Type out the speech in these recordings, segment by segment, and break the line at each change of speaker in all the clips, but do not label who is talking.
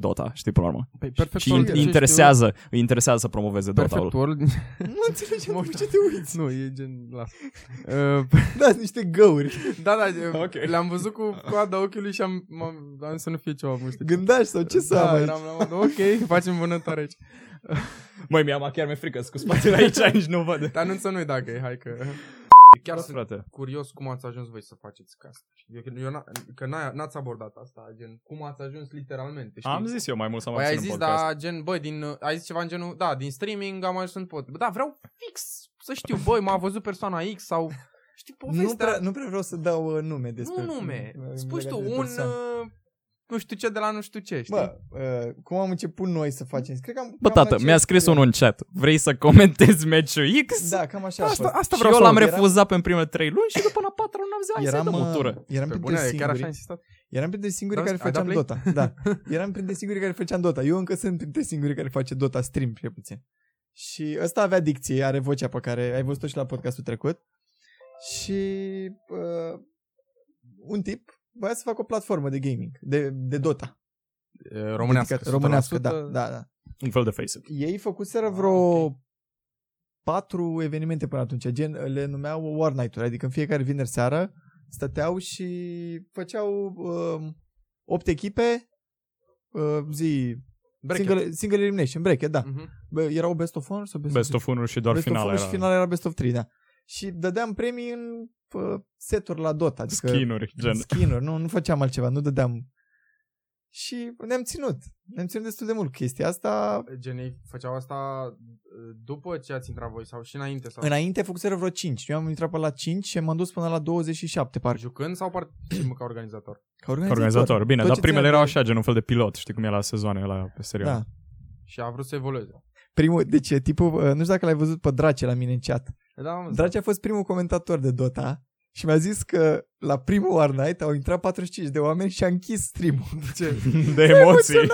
Dota, știi, până la urmă.
Păi, perfect
Și
World,
îi
ce
interesează, îi interesează să promoveze
știu,
Dota-ul.
Perfect World.
Nu înțelegem
Mă
de
uit-
ce te uiți.
nu, e gen... Las. Uh,
Dați niște găuri.
da, da,
Ok.
okay. l-am văzut cu coada ochiului și am, m-am, am zis să nu fie ceva muștit.
Gândași sau ce să
da,
am aici?
eram la modul, ok, facem vânătoare aici.
Măi, mi-am chiar mi-e frică, sunt cu spatele aici, aici nu văd.
Dar anunță noi dacă e, hai că... Chiar
Da,
sunt
frate.
curios cum ați ajuns voi să faceți casturi. Eu, eu na, că n-a, n-ați abordat asta, gen, cum ați ajuns literalmente, știi?
Am zis eu mai mult sau mai
Păi ai
puțin
zis,
în podcast.
da, gen, bă, din, uh, ai zis ceva în genul, da, din streaming am ajuns în pod. Bă, da, vreau fix să știu, băi, m-a văzut persoana X sau, știi, povestea.
Nu prea, nu prea vreau să dau uh, nume despre...
nu nume,
uh,
spui
legate
tu,
de
un,
persoane.
uh, nu știu ce de la nu știu ce, știi?
Bă, uh, cum am început noi să facem? Cred că am...
Bă,
cam
tată,
la
mi-a
ce-
scris unul în chat. Vrei să comentezi meciul X?
Da, cam așa. a
Asta,
fost.
asta
Și
vreau
eu
să
l-am
l-am
eram-
refuzat pe primele trei luni și după la patra luni am zis, hai să-i
Eram,
dăm o tură.
uh, eram
pe
printre
bune, chiar așa ai
singurii,
insistat?
eram printre singurii
Da,
care
ai dat
făceam Dota. Da. Eram printre singurii care făceam Dota. Eu încă sunt printre singurii care face Dota stream, cel puțin. Și ăsta avea dicție, are vocea pe care ai văzut-o și la podcastul trecut. Și uh, un tip voia să facă o platformă de gaming, de, de Dota.
Românească,
Adică Românească, da, da, da.
Un fel de face
Ei făcuseră
Ah,
vreo
ok.
patru evenimente până atunci, gen le numeau War Night-uri, adică în fiecare vineri seară stăteau și făceau um, opt echipe uh, zi single, single elimination, break, da.
Mhm.
Bă, erau best of one sau best,
Best of 1 și doar
best
finala
of
era.
one și finala era best of 3, da. Și dădeam premii în uh, seturi la Dota, adică
Skin-uri, gen.
skin nu, nu făceam altceva, nu dădeam. Și ne-am ținut. Ne-am ținut destul de mult chestia asta.
Gen, ei făceau asta uh, după ce ați intrat voi sau și înainte? Sau
Înainte făcuseră vreo 5. Eu am intrat pe la 5 și m-am dus până la 27, parcă.
Jucând sau participă ca organizator?
Ca
Ca Organizator, bine,
Tot
dar
ce
primele
ține
erau
de-
așa, gen un fel de pilot, știi cum e la sezoane la pe serial.
Da.
Și a vrut să evolueze.
Primul, deci tipul, uh, nu știu dacă l-ai văzut pe Drace la mine în chat.
Da, am văzut.
Drace a fost primul comentator de Dota și mi-a zis că la primul War Night au intrat 45 de oameni și a închis stream-ul. Ce?
De emoții.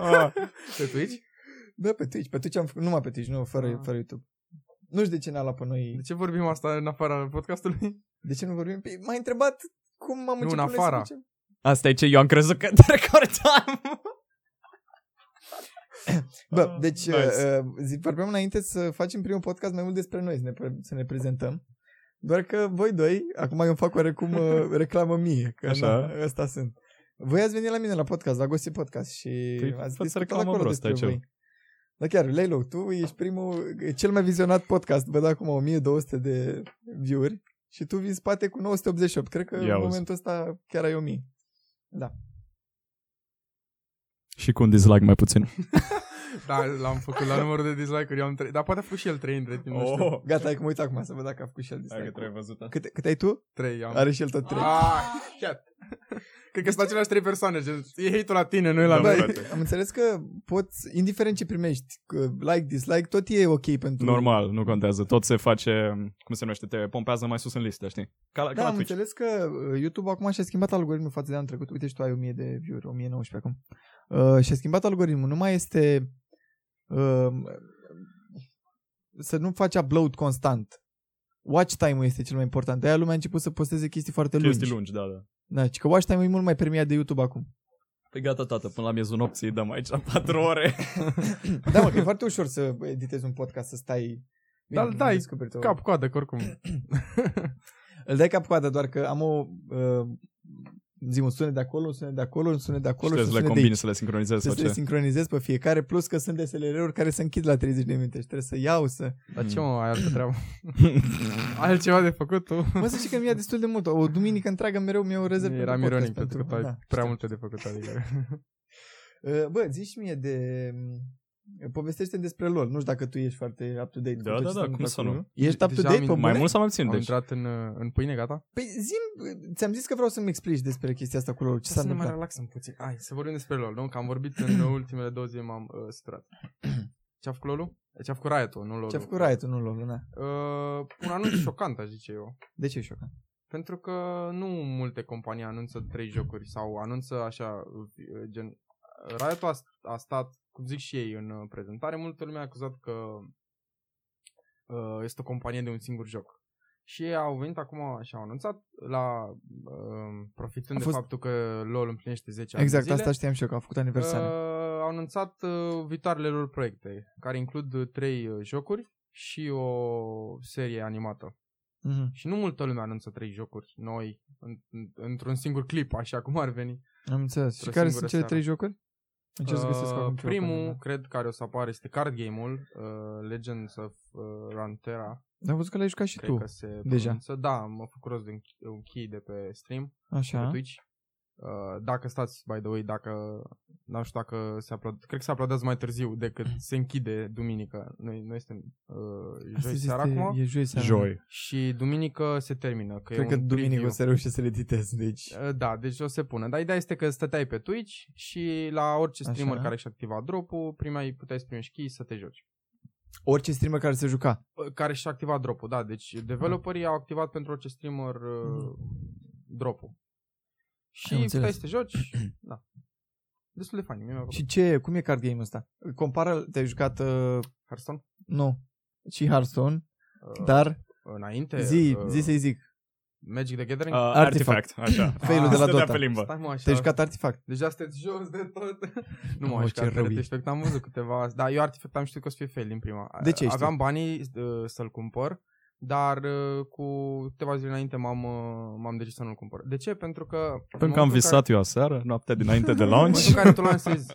Ah, Pe Twitch?
Da, pe Twitch, pe Twitch am făcut, numai pe Twitch, nu, fără,
Ah.
fără YouTube. Nu știu de ce n-a luat pe noi.
De ce vorbim asta în afara podcastului?
De ce nu vorbim? Păi, m-a întrebat cum am
Nu,
început
în
noi să
afara.
facem.
Asta e ce eu am crezut că te recordam.
Bă, deci
Ah, Nice.
nice. uh, zic, vorbeam înainte să facem primul podcast mai mult despre noi, să ne, pre- să ne prezentăm. Doar că voi doi, acum eu îmi fac oarecum uh, reclamă mie, că
Așa.
Așa. Na, ăsta sunt. Voi ați venit la mine la podcast, la Gossip Podcast și
Păi, fă-ți
ați discutat
reclamă
acolo
prost,
despre
ai
voi. Da chiar, Leilo, tu ești primul, e cel mai vizionat podcast, bă, da acum 1200 de view-uri și tu vii în spate cu 988. Cred că
Ia
în
auzi.
momentul ăsta chiar ai Da, 1000.
Și cu un dislike mai puțin.
Da, l-am făcut la numărul de dislike-uri. Eu am trei... Dar poate a fost și el trei între timp,
Oh.
nu știu.
Gata, hai că mă uit acum să văd dacă a făcut și el dislike.
văzut asta.
Câte, câte ai tu?
Trei am.
Are și el tot 3.
Ah, chiar. Cred că sunt aceleași trei persoane. Gen, e hate la tine, nu e la
Da,
mine.
Bă,
frate.
am înțeles că poți, indiferent ce primești, că like, dislike, tot e ok pentru...
Normal, nu contează. Tot se face, cum se numește, te pompează mai sus în listă, știi? Ca la, ca
Da,
la
am
Twitch.
înțeles că uh, YouTube acum și-a schimbat algoritmul față de anul trecut. Uite și tu ai 1000 de view-uri, 1019 acum. Uh, și-a schimbat algoritmul. Nu mai este... Uh, să nu faci upload constant. Watch time-ul este cel mai important. De-aia lumea a început să posteze chestii foarte
Chestii lungi,
lungi.
da, da.
Da, și că watch time-ul e mult mai premiat de YouTube acum.
Păi gata, tată, până la miezul nopții îi dăm aici 4 ore.
Da, mă, că e foarte ușor să editezi un podcast, să stai... Bine,
Dar îl
am
dai
descoperit o-
Cap, coadă, că oricum.
Îl dai cap coadă, doar că am o... Uh, zi, un sunet de acolo, un sunet de acolo, un sunet de
și
acolo
trebuie
și
să le
un sunet de aici.
combini, să le sincronizezi sau
Trebuie să
ce.
le sincronizez pe fiecare, plus că sunt DSLR-uri care se închid la 30 de minute și trebuie să iau să...
Dar ce mă, ai altă treabă? Altceva de făcut tu?
Mă, să știi că mi-a destul de mult. O duminică întreagă mereu mi-o rezerv
Era
pentru podcast,
ironic pentru că tu ai
da,
prea multe de făcut, adică.
știu. Uh, Bă, zici mie de... Povestește despre LOL. Nu știu dacă tu ești foarte up-to-date. cu
Da,
tot
da,
ce
da,
se întâmplă
cum să
acolo,
nu?
Ești
Deja am
up-to-date pe
intrat-
Mai
bune?
mult sau mai puțin,
Am
deci?
intrat în, uh, în pâine, gata?
Păi zim, ți-am zis că vreau să-mi explici despre chestia asta cu LOL. Ce s-a
să ne mai
întâmplat?
relaxăm puțin. Hai, să vorbim despre LOL, nu? Că am vorbit în ultimele două zile m-am uh, săturat. Ce-a făcut LOL-ul? Ce-a făcut Riot-ul, nu LOL-ul.
Ce-a făcut Riot-ul, nu LOL, na.
Uh, un anunț șocant, aș zice eu.
De ce e șocant?
Pentru că nu multe companii anunță trei jocuri sau anunță așa, uh, gen... Riot a, a stat, cum zic și ei în uh, prezentare, multă lume a acuzat că uh, este o companie de un singur joc. Și ei au venit acum și au anunțat, la, uh, profitând
A
de
fost-
faptul că LOL împlinește 10 ani de
Exact,
zile,
asta știam și eu că a făcut aniversare. Uh,
Uh, au anunțat uh, viitoarele lor proiecte, care includ uh, trei uh, jocuri și o serie animată.
mm-hmm.
Și nu multă lume anunță trei jocuri noi, în, în, într-un singur clip, așa cum ar veni.
Am înțeles. Și
într-o
care
singură
sunt cele
seară.
trei jocuri? Încerc să găsesc acum ceva pe
Uh, primul,
mine.
cred, care o să apară este card game-ul, uh, Legends of uh, Runeterra,
Dar am văzut că l-ai jucat și
cred
tu.
că se
deja.
pronunță. Da, m-a făcut rost de un, un key de pe stream, da? pe
Așa.
Twitch. Uh, dacă stați, by the way, dacă, nu știu dacă se aplaudează, cred că se aplaudează mai târziu decât se închide duminică. Noi, noi suntem uh, joi
Astăzi
seara acum
este, e joi seara.
Joi.
și duminică se termină. Că
Cred
e
că
un
duminică
preview.
o să reușesc să le editez, deci...
Uh, Da, deci o să pună. Dar ideea este că stăteai pe Twitch și la orice
Așa.
streamer care și activa drop-ul, primeai, puteai să primești key să te joci.
Orice streamer care se juca.
Uh, Care și activa drop-ul, da. Deci developerii au activat pentru orice streamer uh, drop-ul. Și puteai
Am Mm-hmm. înțeles.
să te joci. da. Destul de fain. Mie mi-a plăcut.
Și ce, cum e card game-ul ăsta? Compară, te-ai jucat, uh,
Hearthstone?
nu, și Hearthstone,
Uh,
dar
Înainte.
zi,
uh,
zi să-i zic,
Magic the
Uh,
Gathering?
Artifact.
artifact. așa.
Ah,
Failul de la
Stătea
Dota.
pe limbă.
Stai mă așa.
te-ai jucat Artifact.
Deja sunteți jos de tot. nu
Mamă,
mă
ce
aș
rău
că
e.
Artifact, am văzut câteva. Da, eu Artifact am știut că o să fie fail din prima.
De ce ai
Aveam banii uh, să-l cumpăr, dar uh, cu câteva zile înainte m-am, uh, m-am decis să nu-l cumpăr. De ce? Pentru că... în
Pentru că Păi, am
momentul în
visat eu aseară, noaptea dinainte de
În
launch.
momentul în care tu lansezi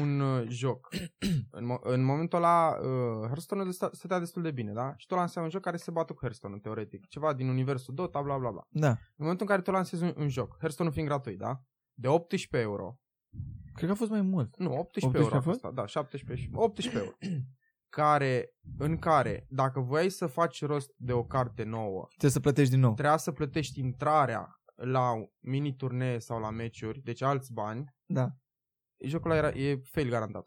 un uh, joc, în, mo- în momentul ăla, uh, Hearthstone-ul sta- stătea destul de bine, da? Și tu lansai un joc care se bată cu Hearthstone, teoretic. Ceva din universul Dota, bla bla bla.
Da,
În momentul în care tu lansezi un, un joc, Hearthstone-ul fiind gratuit, da? De 18 euro,
cred că a fost mai mult.
nu, 18,
18
euro
a
a
fost?
fost? Da, 17 și 18 euro. care, în care, dacă voiai să faci rost de o carte nouă,
Trebuie să plătești din nou.
trebuia să plătești intrarea la mini-turnee sau la meciuri, deci alți bani,
Da.
jocul ăla era, e fail garantat.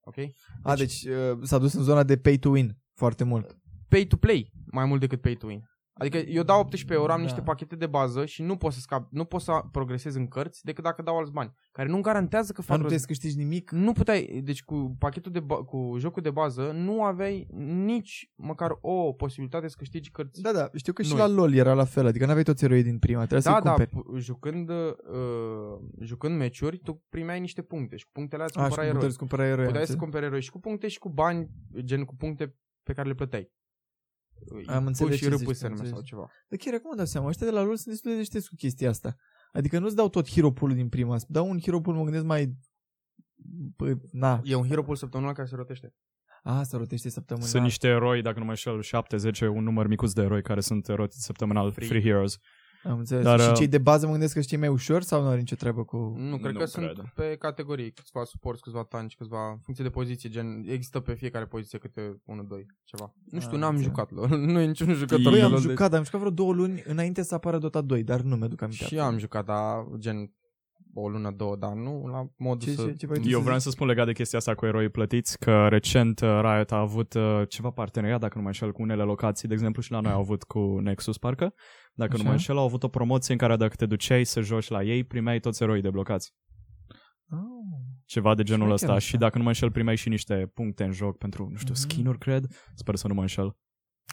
Ok?
A, deci uh, s-a dus în zona de pay to win foarte mult.
Pay to play, mai mult decât pay to win. Adică eu dau 18 euro, am
Da.
niște pachete de bază și nu pot să scap, nu pot să progresez în cărți decât dacă dau alți bani, care nu garantează că
Dar
fac
nu
rost
puteți să câștigi nimic.
nu puteai, deci cu pachetul de ba- cu jocul de bază nu aveai nici măcar o posibilitate să câștigi cărți.
Da, da, știu că și
Noi.
la LOL era la fel, adică n-aveai toți eroii din prima, trebuia să-i
da, da
cumperi.
p- jucând, uh, jucând meciuri, tu primeai niște puncte și cu punctele alea îți
A, Ah,
cumpărai eroi.
și cum puteți cumpăra eroi.
Puteai să
înțeleg.
cumperi eroi și cu puncte și cu bani, gen cu puncte pe care le plăteai.
Am
Pui
înțeles
și
ce zici,
râpâi
am
să nume
înțeles.
sau ceva.
Dar chiar acum îmi dau seama, ăștia de la LoL sunt destul de deștepți cu chestia asta. Adică nu-ți dau tot hero pool din prima, îți dau un hero pool, mă gândesc mai... Pă, na,
E un hero pool săptămânal care se rotește.
a, se rotește săptămâna.
Sunt niște eroi, dacă nu mă înșel, 7-10, un număr micuț de eroi care sunt rotiți săptămânal, free,
Free.
free heroes.
Am înțeles. Dar,
Dar,
și
uh,
cei de bază mă gândesc că sunt cei mai ușor sau nu are nicio treabă cu...
Nu, cred
Nu
că
cred.
sunt pe categorii, câțiva suport, câțiva tanci, câțiva, în funcție de poziție, gen, există pe fiecare poziție câte 1-2, ceva. Nu știu,
Ah,
n-am
înțeles.
jucat LOL, nu e niciun jucător
Băi,
de
Păi am
LOL
jucat, am jucat vreo două luni înainte să apară Dota 2, dar nu mi-aduc
deci.
aminte.
Și am jucat, dar gen o lună, două, dar nu la modul
Ce,
să...
ce, ce vrei tu
Eu
să
vreau
zici?
să spun legat de chestia asta cu eroii plătiți, că recent uh, Riot a avut uh, ceva parteneriat, dacă nu mă înșel, cu unele locații, de exemplu și la noi au avut cu Nexus, parcă, dacă nu
Așa.
mă înșel, au avut o promoție în care dacă te duceai să joci la ei, primeai toți eroii deblocați.
Au.
Ceva de genul
Șmecher
ăsta
asta.
și dacă nu mă înșel, primeai și niște puncte în joc pentru, nu știu,
Mhm.
skin-uri, cred. Sper să nu mă înșel.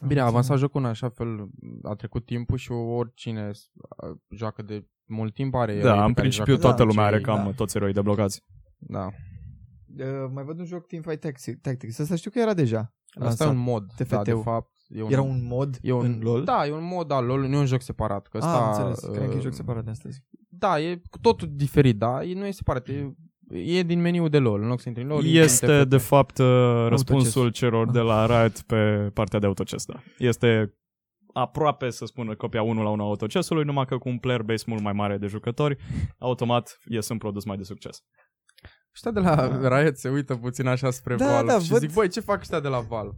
Bine, a
Am
avansat jocul în așa fel, a trecut timpul și oricine s- a- joacă de mult timp are eroi pe
Da, în
care
principiu
joacă de
toată lumea
obicei,
are cam
da.
toți eroii deblocați.
Da,
Uh, mai văd un joc Teamfight Tactics- Tactics. Asta știu că era deja.
asta e
lansat.
un mod, da, de
TFT-ul.
fapt. E
Era un mod
e un,
în LoL?
Da, e un mod al LOL, nu e un joc separat. Că
ah,
asta,
am înțeles. Cred că e
uh,
joc separat de astăzi.
Da, e cu totul diferit, da, e, nu e separat, e, e din meniul de LOL, în loc să intri în LOL. intri în
Este,
TFT.
de fapt, uh, răspunsul
Autocest.
celor de la Riot pe partea de autocest, da. Este aproape, să spună, copia 1 la 1 a autocesului, numai că cu un player base mult mai mare de jucători, automat ies un produs mai de succes.
Ăștia de la Riot se uită puțin așa spre
Da,
Valve
da,
și
văd-
zic, băi, ce fac ăștia de la Valve?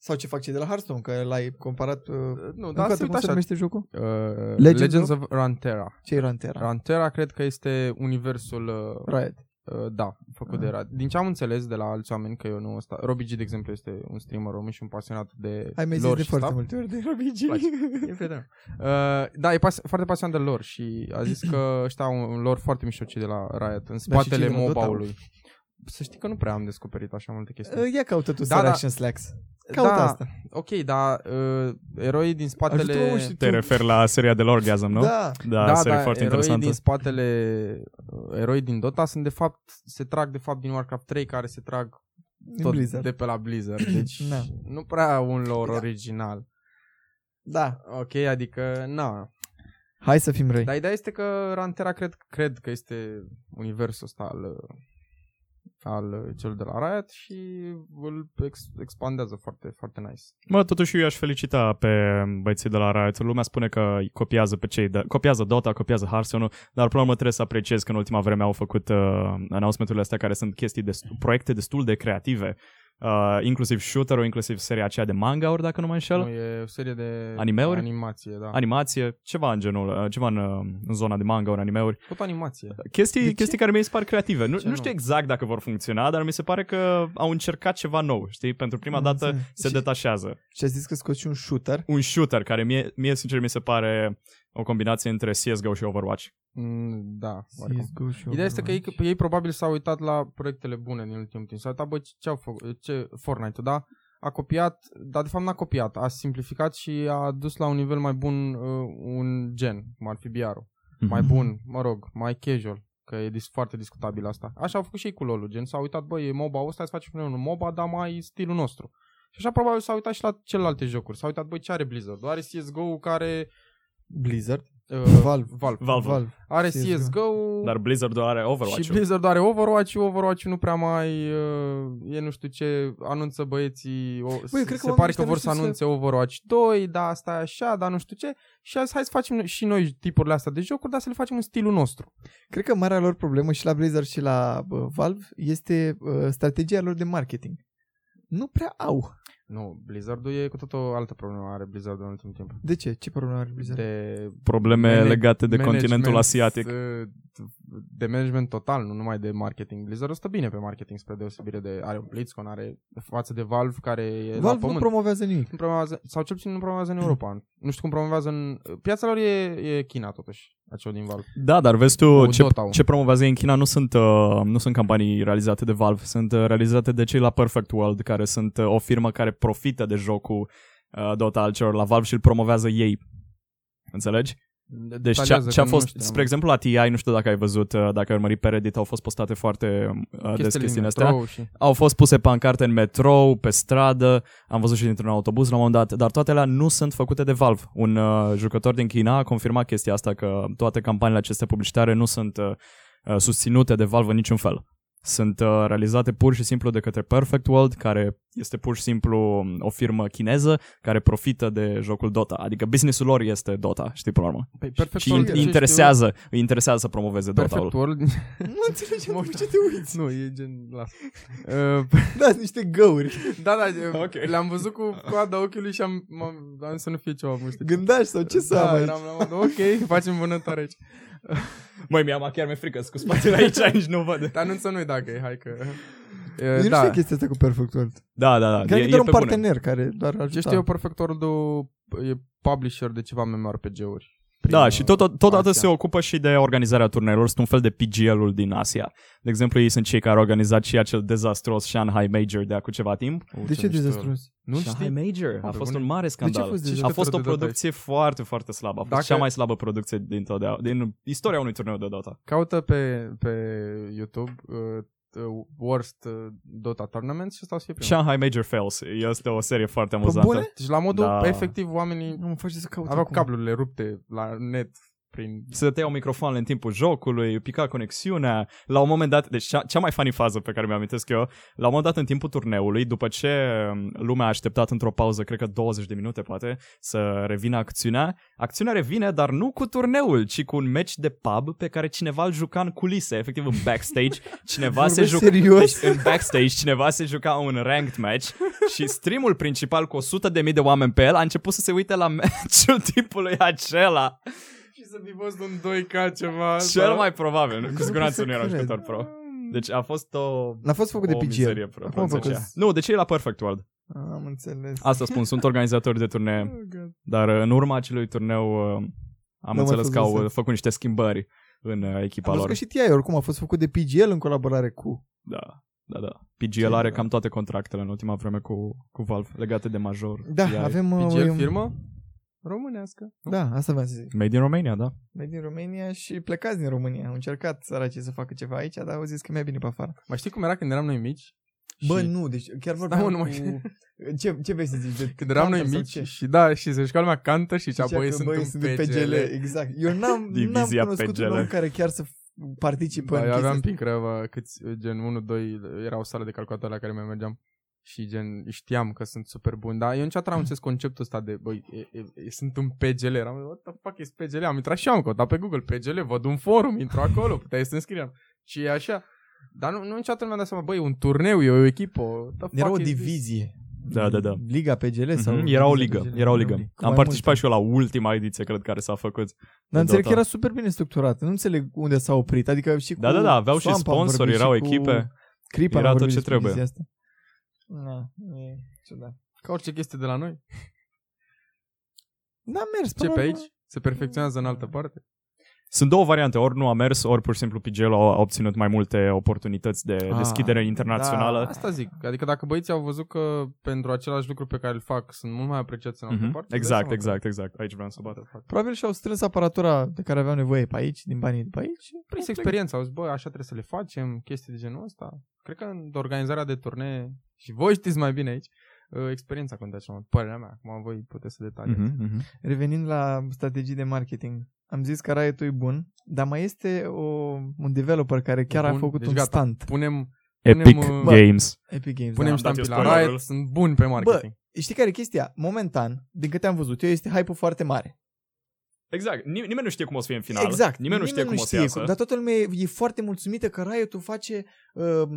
Sau ce fac cei de la Hearthstone, că l-ai comparat... Uh,
Uh, Nu,
da,
dar se
cum
uită
se
așa.
numește jocul?
Uh,
Legends
Legends, Legends of Runeterra.
Ce era Antera?
Runeterra cred că este universul, uh,
Riot.
uh, da, făcut
Ah.
de Riot. Din ce am înțeles de la alți oameni, că eu nu ăsta... Robi G, de exemplu, este un streamer român și un pasionat de
Ai mai zis
lore
de
și
foarte
stuff.
multe ori de Robigi.
Îmi E prietenul. Uh, da, e pas- foarte pasionat de lor și a zis că ăștia au un lor foarte mișto cei de la Riot, în
cei
spatele
de la Dota au.
MOBA-ului. Să știi că nu prea am descoperit așa multe chestii.
Ia caută tu
Da,
da,
da.
Action Slacks. Caută
da,
asta.
ok, dar uh, eroii din spatele...
Ajută-mă și
Te
tu.
referi la seria de Lorgasm, nu?
Da.
da, da serie foarte
eroii
interesantă.
din spatele, uh, eroii din Dota sunt de fapt, se trag de fapt din Warcraft 3 care se trag
Din
tot
Blizzard.
de pe la Blizzard. Deci
Da.
nu prea un lore
Da.
original.
Da.
Ok, adică, na.
Hai să fim răi.
Dar ideea este că Rantera cred, cred că este universul ăsta al, uh, al uh, cel de la Riot și îl ex- expandează foarte, foarte nice.
Mă, totuși eu i-aș felicita pe băieții de la Riot. Lumea spune că îi copiază pe cei de... copiază Dota, copiază Hearthstone-ul, dar până la urmă trebuie să apreciez că în ultima vreme au făcut uh, announcement-urile astea care sunt chestii de proiecte destul de creative. Uh, inclusiv shooter-ul, inclusiv seria aceea de manga-uri, dacă nu mă înșel.
Nu, e o serie de
Animeuri?
animație, da.
Animație, ceva în genul, uh, ceva în, uh, în zona de manga-uri, anime-uri.
Tot animație.
Chestii,
ce?
chestii care mi se par creative. Nu,
De ce
nu știu
nu?
exact dacă vor funcționa, dar mi se pare că au încercat ceva nou, știi? Pentru prima
Am
dată
înțeles.
se
Și-
detașează.
Și ai zis că scoți și un shooter.
un shooter care mie, mie sincer mi se pare o combinație între CSGO și Overwatch.
Mm, da, oricum.
CSGO și
Ideea este că ei,
Overwatch.
ei probabil s-au uitat la proiectele bune din ultimul timp. S-au uitat, bă, ce- ce au făcut, ce, Fortnite-ul, da? A copiat, dar de fapt n-a copiat, a simplificat și a adus la un nivel mai bun uh, un gen, cum ar fi BR-ul.
Mhm.
Mai
Mhm.
bun, mă rog, mai casual, că e dis- foarte discutabil asta. Așa au făcut și ei cu LoL-ul, gen s-au uitat, bă, e MOBA ăsta, hai să facem noi un MOBA, dar mai stilul nostru. Și așa probabil s-au uitat și la celelalte jocuri. S-au uitat, bă, ce are Blizzard? Are CSGO-ul care...
Blizzard.
Uh,
Valve.
Valve.
Valve. Valve.
Are
CS:GO.
CSGO-ul...
Dar Blizzard are Overwatch.
Și Blizzard are overwatch overwatch nu prea mai uh, e nu știu ce, anunță băieții, o, Băi,
cred că
cred se pare
oamenii
că
ăștia nu
vor să
știu să-
anunțe Overwatch 2, da, asta e așa, dar nu știu ce. Și azi hai să facem și noi tipurile astea de jocuri, dar să le facem în stilul nostru.
Cred că marea lor problemă și la Blizzard și la uh, Valve este uh, strategia lor de marketing. Nu prea au.
Nu, Blizzard-ul e cu tot o altă problemă are Blizzard în ultimul timp.
De ce? Ce problemă are Blizzard?
De
Probleme
Manage-
legate de
management,
continentul asiatic.
uh, De management total, nu numai de marketing. Blizzard o stă bine pe marketing spre deosebire de are un Blizzcon, are față de Valve care e la
Valve nu
pământ.
promovează nimic.
nu promovează, sau cel puțin nu promovează în Europa. Nu știu cum promovează în... Piața lor e, e China, totuși, acel din Valve.
Da, dar vezi tu
Cu
ce,
Dota-ul.
ce promovează ei în China nu sunt, uh, nu sunt campanii realizate de Valve, sunt uh, realizate de cei la Perfect World, care sunt uh, o firmă care profită de jocul uh, Dota al celor la Valve și îl promovează ei. Înțelegi? Deci ce a,
Detaliază
ce a
că nu
fost,
știam.
spre exemplu la TI, nu știu dacă ai văzut, uh, dacă ai urmărit pe Reddit, au fost postate foarte uh, des
din
chestiile astea.
metrou Și...
Au fost puse pancarte în metrou, pe stradă, am văzut și dintr-un autobuz la un moment dat, dar toate alea nu sunt făcute de Valve. Un uh, jucător din China a confirmat chestia asta că toate campaniile acestea publicitare nu sunt uh, uh, susținute de Valve în niciun fel. Sunt uh, realizate pur și simplu de către Perfect World, care este pur și simplu um, o firmă chineză care profită de jocul Dota. Adică businessul lor este Dota, știi, până la urmă.
Păi, perfect
Și
World,
in-
Deci,
ce
interesează, îi interesează să promoveze
știu,
Dota-ul.
Perfect World.
Nu înțelegem
Mă
de
uit-
ce te uiți.
nu, e gen... Las. Uh,
Da, sunt niște găuri.
da, da,
Ok.
okay. le-am văzut cu coada ochiului și am, m-am, am zis să nu fie ceva muște.
Gândași sau ce să am
da,
aici?
eram la modul, ok, facem vânătoare aici.
Măi, mi-am chiar mi-e frică, sunt cu spatele aici, aici nu văd.
Dar anunță noi dacă e, hai că...
Eu
Uh,
nu știu
da,
chestia asta cu Perfect World.
Da, da, da.
Cred
e,
că
e
doar un
pe bune.
partener care doar ajuta.
ce știu eu, Perfect World-ul e publisher de ceva MMORPG-uri.
Da, și tot, tot, totodată
Asia.
se ocupă și de organizarea turneelor, sunt un fel de PGL-ul din Asia. De exemplu, ei sunt cei care au organizat și acel dezastros Shanghai Major de acum ceva timp.
De ce dezastruos?
uh, Nu
Shanghai
știi?
Major a
pe
fost
bune?
un mare
De ce a
scandal.
fost
a
dezastruos?
fost o
de Dota
producție foarte, foarte slabă. A fost
Dacă-
cea mai slabă producție din, todea- din istoria unui turneu de Dota.
Caută pe, pe YouTube uh, uh, Worst uh, Dota Tournament și stau să fie primul.
Shanghai Major Fails este o serie foarte
Pe
amuzantă.
bune?
Deci la modul,
Da.
da. efectiv, oamenii
Nu mă faci să caut
aveau
acum.
cablurile rupte la net prin...
se tăiau microfoanele în timpul jocului, pica conexiunea. La un moment dat, deci cea, cea mai funny fază pe care mi-am amintesc eu, la un moment dat în timpul turneului, după ce um, lumea a așteptat într-o pauză, cred că 20 de minute poate, să revină acțiunea, acțiunea revine, dar nu cu turneul, ci cu un match de pub pe care cineva îl juca în culise, efectiv în backstage, cineva se
Vorbești
juca...
serios?
Deci, în backstage cineva se juca un ranked match și streamul principal cu 100 de mii de oameni pe el a început să se uite la match-ul tipului acela.
Și să fi fost un 2K ceva.
Cel mai probabil, nu, cu
pot
siguranță
să
nu era un
cred.
jucător pro. Deci a fost o...
N-a fost exact. făcut de
o
PGL.
mizerie pro,
Acum
pro-
am făcut-
aceea. Nu, de ce e la Perfect World?
Am înțeles.
Asta spun, sunt organizatori de turnee, dar în urma acelui turneu uh, am
mai
înțeles
fost
că au
lăsat.
făcut niște schimbări în uh, echipa
Am
lor.
văzut că și TI oricum a fost făcut de PGL în colaborare cu...
Da. Da, da. PGL are cam toate contractele în ultima vreme cu, cu Valve legate de major.
Da,
Iar-
avem... uh,
PGL
un-
firmă? Românească. Nu?
Da, asta v-am să zic.
Made in Romania, da.
Merg din România și plecați din România. Au încercat săracii să facă ceva aici, dar au zis că mi-e bine pe afară.
Mai știi cum era când eram noi mici?
Bă,
Și- Da,
nu, deci chiar vorbeam
mă, nu mai-
cu... Ce, ce vrei să zici? De
Când eram noi
Counter sau
mici
ce?
și da, și se juca lumea cantă și zicea,
Zicea
băi,
că,
sunt
băi,
în
sunt în
PGL.
Exact. Eu n-am, n-am
Divizia
cunoscut
PGL.
un om care chiar să f- participe
Da,
în
eu
chestia
aveam
asta.
pic răvă, câți, uh, gen 1-2, era o sală de calculator la care mai mergeam și gen știam că sunt super bun, dar eu niciodată n-am înțeles conceptul ăsta de, băi, e, e, e, sunt un PGL, eram, what the fuck is PGL, am intrat și eu am căutat pe Google PGL, văd un forum, intru acolo, puteai să înscriam și e așa. Dar nu, nu niciodată nu mi-am dat seama, băi, un turneu, e o echipă, what the fuck
Era o
is this?
divizie.
Da, da, da.
Liga PGL sau...
Mhm, Era o
divizia
ligă,
PGL?
era o
Deci, Cu
ligă. Am
mai
participat
multe.
și eu la ultima ediție, cred, care s-a făcut.
Dar înțeleg că
Dota.
era super bine structurat. Nu înțeleg unde s-a oprit. Adică și cu
Da, da, da, aveau și
Swamp am
sponsori,
vorbit
erau
și cu
echipe.
Cripa
Era
am
tot
vorbit
ce
despre
trebuie.
chestia asta. Na, e ciudat.
Ca orice chestie de la noi.
Da, mers.
Ce
până
pe
la urmă.
aici? Se perfecționează în altă parte?
Sunt două variante, ori nu a mers, ori pur și simplu PGL a obținut mai multe oportunități de
Ah,
deschidere internațională.
da. Asta zic. Adică dacă băieții au văzut că pentru același lucru pe care îl fac sunt mult mai apreciați în altă
Mhm,
parte.
Exact,
dai seama
exact, exact. Aici vreau să bat.
că-
Probabil și-au strâns aparatura de care aveau nevoie pe aici, din banii de pe aici. și
Prins
au plecat.
experiența, Păi, auzi, bă, așa trebuie să le facem, chestii de genul ăsta. Cred că în organizarea de turnee, și voi știți mai bine aici, uh, experiența contează cel mai mult, părerea mea. Acum voi puteți să detaliați.
Mhm, mhm.
Revenind la strategii de marketing, am zis că Riot-ul e bun, dar mai este o, un developer care chiar
bun,
a făcut
deci
un
gata.
stand.
Punem,
Epic
Punem, uh,
Games.
Epic Games.
punem
am dat eu
ștampila la
Da, spoilerul.
Riot, sunt buni pe marketing.
da. Știi care e chestia? Momentan, din câte am văzut eu, este hype-ul foarte mare.
Exact. Nim- nimeni nu știe cum o să fie în final.
exact.
Nimeni nu știe cum o să iasă.
Dar toată lumea e, e foarte mulțumită că Riot-ul face... Uh,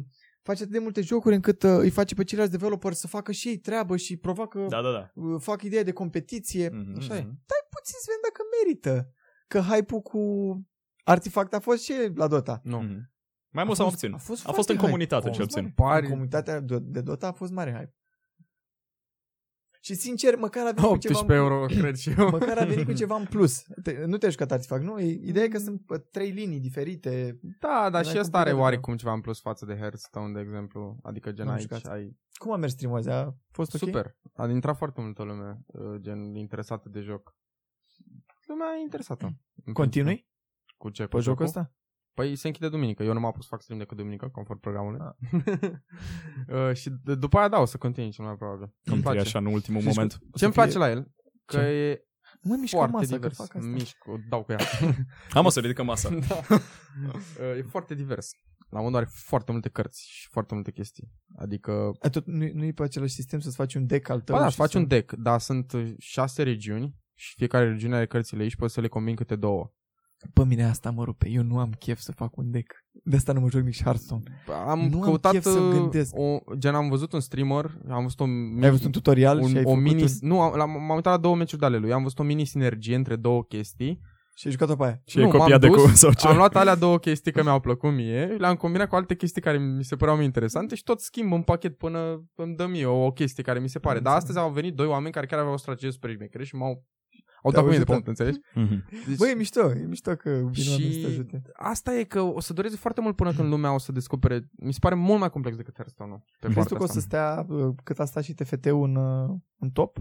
face atât de multe jocuri încât uh, îi face pe ceilalți developeri să facă și ei treabă și provoacă, da.
Da, da, da.
uh, fac ideea de competiție.
Mhm,
Așa e.
mhm.
puțin să vedem dacă merită. Că hype-ul cu Artifact a fost și la Dota.
Nu.
Mhm. Mai mult sau
fost-
obțin.
fost,
A fost
foarte
în
hype.
comunitate,
A
da, cel
fost
puțin.
mare.
Pare-
În comunitatea de- de Dota a fost mare hype. Și sincer, măcar a venit cu ceva
18
în,
euro, Mm. cred și eu.
măcar a venit cu ceva în plus. Te, nu te-ai jucat Artifact, nu? E- Ideea e că sunt uh, trei linii diferite.
Da, dar
N-ai
și
cum
asta are
putea de
oarecum ceva în plus față de Hearthstone, de exemplu. Adică gen
N-am
aici
jucat.
ai...
Cum a mers stream-ul azi? A fost ok?
Super. A intrat foarte multă lume, uh, gen interesată de joc. Lumea e interesată.
Continui
Cu ce?
pe jocul ăsta?
Păi se închide duminică. Eu nu m-am pus să fac stream decât duminică, conform programului.
Ah.
uh, și d- după aia da, o să continui cel mai probabil. că Îmi
Intri
place.
așa în ultimul
Deci,
moment.
O să
Ce-mi
fie-
place la el? Că
Ce?
e
Mă, mișcă
foarte
masa
divers.
că fac asta.
Mișc, o dau cu ea.
Am o să ridicăm masa.
da. Uh, e foarte divers. La modul are foarte multe cărți și foarte multe chestii. Adică
A, tot, nu, nu e pe același sistem să-ți faci un deck al tău?
Ba da,
și
faci
să-
un deck, dar sunt uh, șase regiuni și fiecare regiune are cărțile ei și poți să le combini câte două.
Pe mine asta mă rupe, eu nu am chef să fac un deck. De asta nu mă joc nici Hearthstone.
Am
Nu am
căutat,
chef să-mi
uh,
gândesc.
O, gen am văzut un streamer, am văzut o, mi-
Ai văzut un tutorial și ai
un, o
făcut
mini,
un...
nu, am, l-am- m-am uitat la două meciuri de ale lui, am văzut o mini sinergie între două chestii.
Și ai jucat-o pe aia.
Și ai
m-am
copiat de
dus,
cu sau ce?
Am luat alea două chestii că mi-au plăcut mie, le-am combinat cu alte chestii care mi se păreau mie interesante și tot schimb în pachet până îmi dă mie o, o chestie care mi se pare.
Am
Dar
înțeles.
astăzi au venit doi oameni care chiar aveau o strategie super șmechere și m-au au dat
Te-au
cu mine de
ajutat.
pământ, înțelegi?
Mhm.
Deci-
Băi, e mișto, e mișto că vin
Și-
oameni să te ajute.
asta e că o să dureze foarte mult până când lumea o să descopere. Mi se pare mult mai complex decât Hearthstone-ul. Pe
Crezi tu
partea
că o să
asta.
stea uh, cât a stat și TFT-ul în, uh, în top?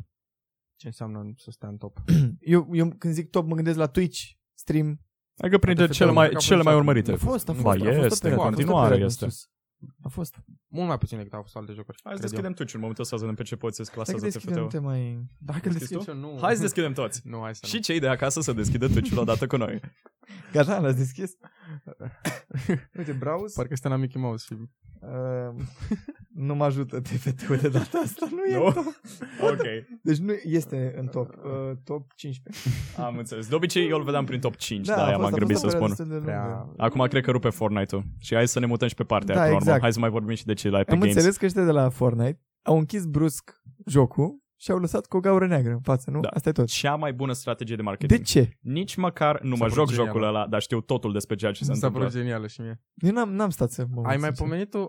Ce înseamnă să stea în top?
Eu, eu când zic top mă gândesc la Twitch, stream.
Adică printre
Poate
cele
că
mai,
au
cele mai
fost-
urmărite.
A fost, a fost,
Ba,
a fost
este,
o
în
perioadă, a fost o
continuare
perioadă
este.
în sus. A fost.
Mult mai puțin decât au fost alte jocuri.
Hai să
cred eu.
deschidem Twitch în momentul ăsta să vedem pe ce poți să-ți
Hai că
clasează
deschidem, nu
TFT-ul.
te mai...
Dacă îl
Deschizi
deschid
tu?
eu, nu.
Hai să deschidem toți.
Nu, hai să
Și cei de acasă să deschidă Twitch-ul odată cu noi.
Gata, l-ați deschis? Uite, browse.
nu. Parcă este la Mickey Mouse și...
Uh, nu mă ajută TFT-ul de data asta, nu e.
Nu? Ok,
Deci nu este în top. Uh, top 15.
am înțeles. De obicei eu îl vedeam prin top 5,
a
da, aia
fost-
m-am
a
grăbit
fost
să
o perioadă
spun.
destul de lungă.
Prea...
Acum cred că rupe Fortnite-ul și hai să ne mutăm și pe partea
Da,
aia, până la urmă.
exact.
Hai să mai vorbim și de cei la Epic
Am
Games.
înțeles că ăștia de la Fortnite au închis brusc jocul și au lăsat cu o gaură neagră în față, nu?
Da.
Asta e tot.
Cea mai bună strategie de marketing.
De ce?
Nici măcar nu
S-a
mă
părut
joc
genial.
jocul ăla, dar știu totul despre ceea ce se
Mi s-a părut
întâmplă.
genială și mie.
Eu n-am, n-am stat să mă
Ai
uit
mai
sincer.
pomenit tu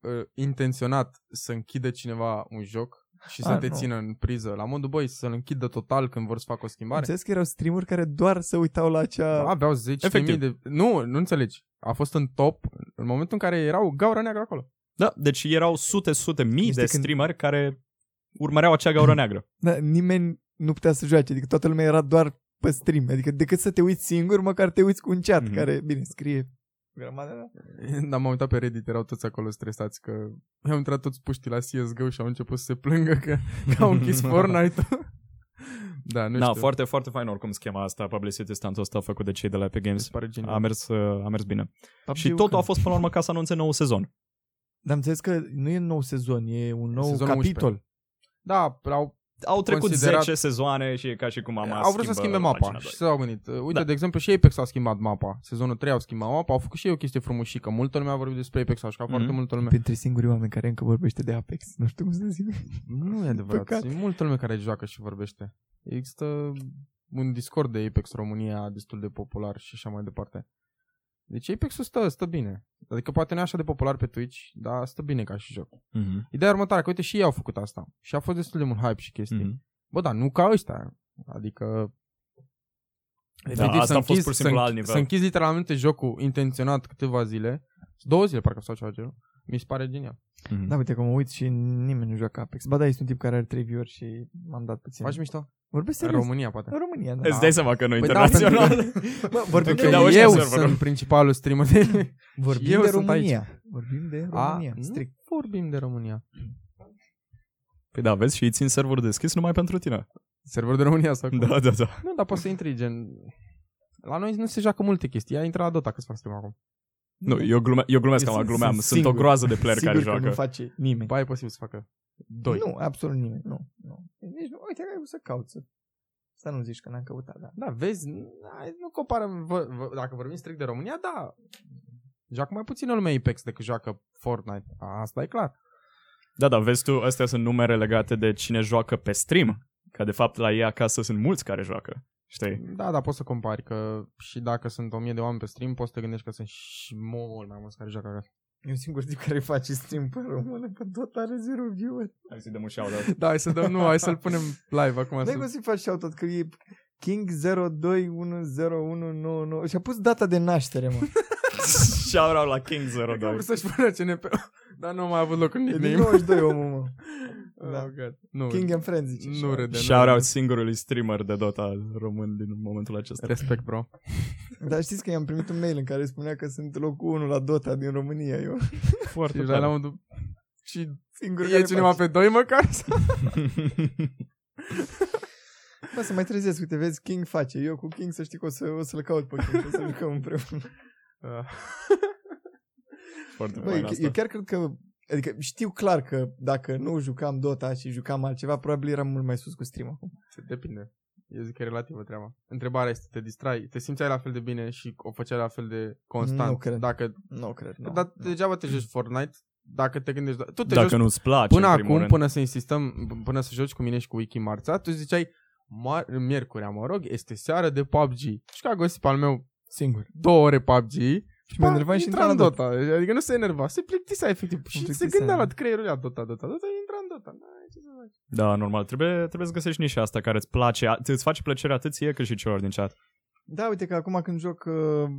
uh, intenționat să închidă cineva un joc și să
Ah,
te
nu.
țină în priză. La modul, băi, să-l închidă total când vor să facă o schimbare.
Înțeles că erau streamuri care doar se uitau la acea...
Aveau 10
Efectiv.
de... Nu, nu înțelegi. A fost în top în momentul în care era o gaură neagră acolo.
Da, deci erau sute, sute mii
Este
de
când-
streameri care urmăreau acea gaură neagră.
Da, nimeni nu putea să joace, adică toată lumea era doar pe stream. Adică decât să te uiți singur, măcar te uiți cu un chat
Mhm.
mm-hmm. care, bine, scrie grămadă, da?
Dar m-am uitat pe Reddit, erau toți acolo stresați că i-au intrat toți puștii la CSGO și au început să se plângă că, că au închis Fortnite. da, nu
Da,
știu.
foarte, foarte fain oricum schema asta, publicity stuntul ăsta făcut de cei de la Epic
Mi
Games.
se pare
A
genial.
mers, uh, a mers bine.
PUBG
Și totul a fost până la urmă ca să anunțe nou sezon.
Dar am înțeles că nu e nou sezon, e un nou
Sezonul
capitol.
11. Da, au,
Au trecut
Considerat-
Considerat... 10 sezoane și e ca și cum am
au vrut să schimbe mapa și s-au gândit. Uh, Uite,
Da.
de exemplu, și Apex a schimbat mapa. Sezonul 3 au schimbat mapa, au făcut și ei o chestie frumușică. Multă lume a vorbit despre Apex, așa că
Mhm.
foarte multă lume.
Printre singurii oameni care încă vorbește de Apex. Nu știu cum să zic.
Nu e adevărat.
Păcat.
Păcat. E multă lume care joacă și vorbește. Există un Discord de Apex România destul de popular și așa mai departe. Deci Apex-ul stă, stă bine. Adică poate nu e așa de popular pe Twitch, dar stă bine ca și joc.
Mm-hmm.
Ideea următoare, că uite și ei au făcut asta. Și a fost destul de mult hype și chestii. Mm-hmm.
Mm-hmm.
Bă, dar nu ca ăștia. Adică...
Da,
Efectiv,
asta
să
a fost
închizi-
pur și simplu la
să
alt
închi-
nivel.
Să închizi literalmente jocul intenționat câteva zile, două zile parcă sau ceva de genul, mi se pare genial.
mhm.
Da, uite că mă uit și nimeni nu joacă Apex. Ba da, este un tip care are 3 view și m-am dat puțin.
Faci mișto?
Vorbesc
În
serios.
România, poate.
În România, da.
Îți dai seama că nu
Păi da,
internațional.
pentru
Bă, vorbim
Ok,
de,
Pentru că
da,
eu,
ăștia
eu
serverul.
sunt principalul streamer de...
vorbim
eu
de
sunt
România. Vorbim de România.
A,
strict.
strict. Vorbim de România.
Păi da, vezi, și îi țin serverul deschis numai pentru tine.
Server de România sau cum?
Da, da, da.
Nu, dar poți să intri, gen... La noi nu se joacă multe chestii. Ea intră la Dota, că să fac stream acum.
Nu, eu, glume- eu glumesc,
Eu
acum,
sunt-
glumeam.
sunt
Sunt, o
singur.
groază de player
Sigur
care
că
joacă.
nu face nimeni.
Ba, e posibil să facă. Păi, Doi.
Nu, absolut nimeni. Nu. nu. Nici nu. Uite, hai să caut să... Să nu zici că n-am căutat, da.
Da, vezi, n- nu comparăm... Vă, vă, dacă vorbim strict de România, da. Joacă mai puțină lume Apex decât joacă Fortnite. Asta e clar.
Da, da, vezi tu, astea sunt numere legate de cine joacă pe stream. Că de fapt la ei acasă sunt mulți care joacă. Știi?
Da, dar poți să compari că și dacă sunt 1000 de oameni pe stream, poți să te gândești că sunt și mult mai mulți care joacă acasă.
E un singur tip care face stream pe română, că tot are zero view
Hai să-i dăm un shout-out.
Da, hai să dăm, nu, hai să-l punem live acum.
N-ai cum să-i faci shoutout, că e King 0210199 și-a pus data de naștere, mă.
shout-out la King
Cred că a
02.
vrut să-și pună CNP Dar nu a mai avut loc în
E din
nickname
92 omul, mă. Da.
Oh, God. Nu,
King and Friends, zice. așa.
nu râde
Shout-out singurului streamer de Dota român din momentul acesta.
Respect, bro
Dar știți că i-am primit un mail în care spunea că sunt locul 1 la Dota din România, eu.
Foarte
Și la modul Și
Singur
e
care
cineva
face.
pe doi măcar?
Mă, să mai trezesc, uite, vezi, King face. Eu cu King să știi că o, să, o să-l caut pe King, o să jucăm împreună.
Da.
Foarte
Băi,
fain
eu,
asta.
eu chiar cred că Adică știu clar că dacă nu jucam Dota și jucam altceva, probabil eram mult mai sus cu stream acum.
Se Depinde eu zic că e relativă treaba. Întrebarea este, te distrai, te simțeai la fel de bine și o făceai la fel de constant.
Nu cred.
Dacă,
Nu cred, nu.
no, dar degeaba te joci Fortnite, dacă te gândești... Tu te joci
Dacă nu-ți place,
Până
în
acum,
primul
rând.
rând.
până să insistăm, p- până să joci cu mine și cu Wiki marța, tu ziceai, mar- miercurea, mă rog, este seară de PUBG. Și că a gosip al meu
Singur.
două ore PUBG
Și mă enervam și
intra
intram
în Dota. Adică nu se enerva, se plictisea efectiv. Și se
plictisea,
gândea
da.
la creierul ăla Dota, Dota, Dota, intra în Dota. Da, ce să faci?
Da, normal. Trebuie, trebuie să găsești nișa asta care îți place, a- îți face plăcere atât ție cât și celor din chat.
Da, uite că acum când joc uh,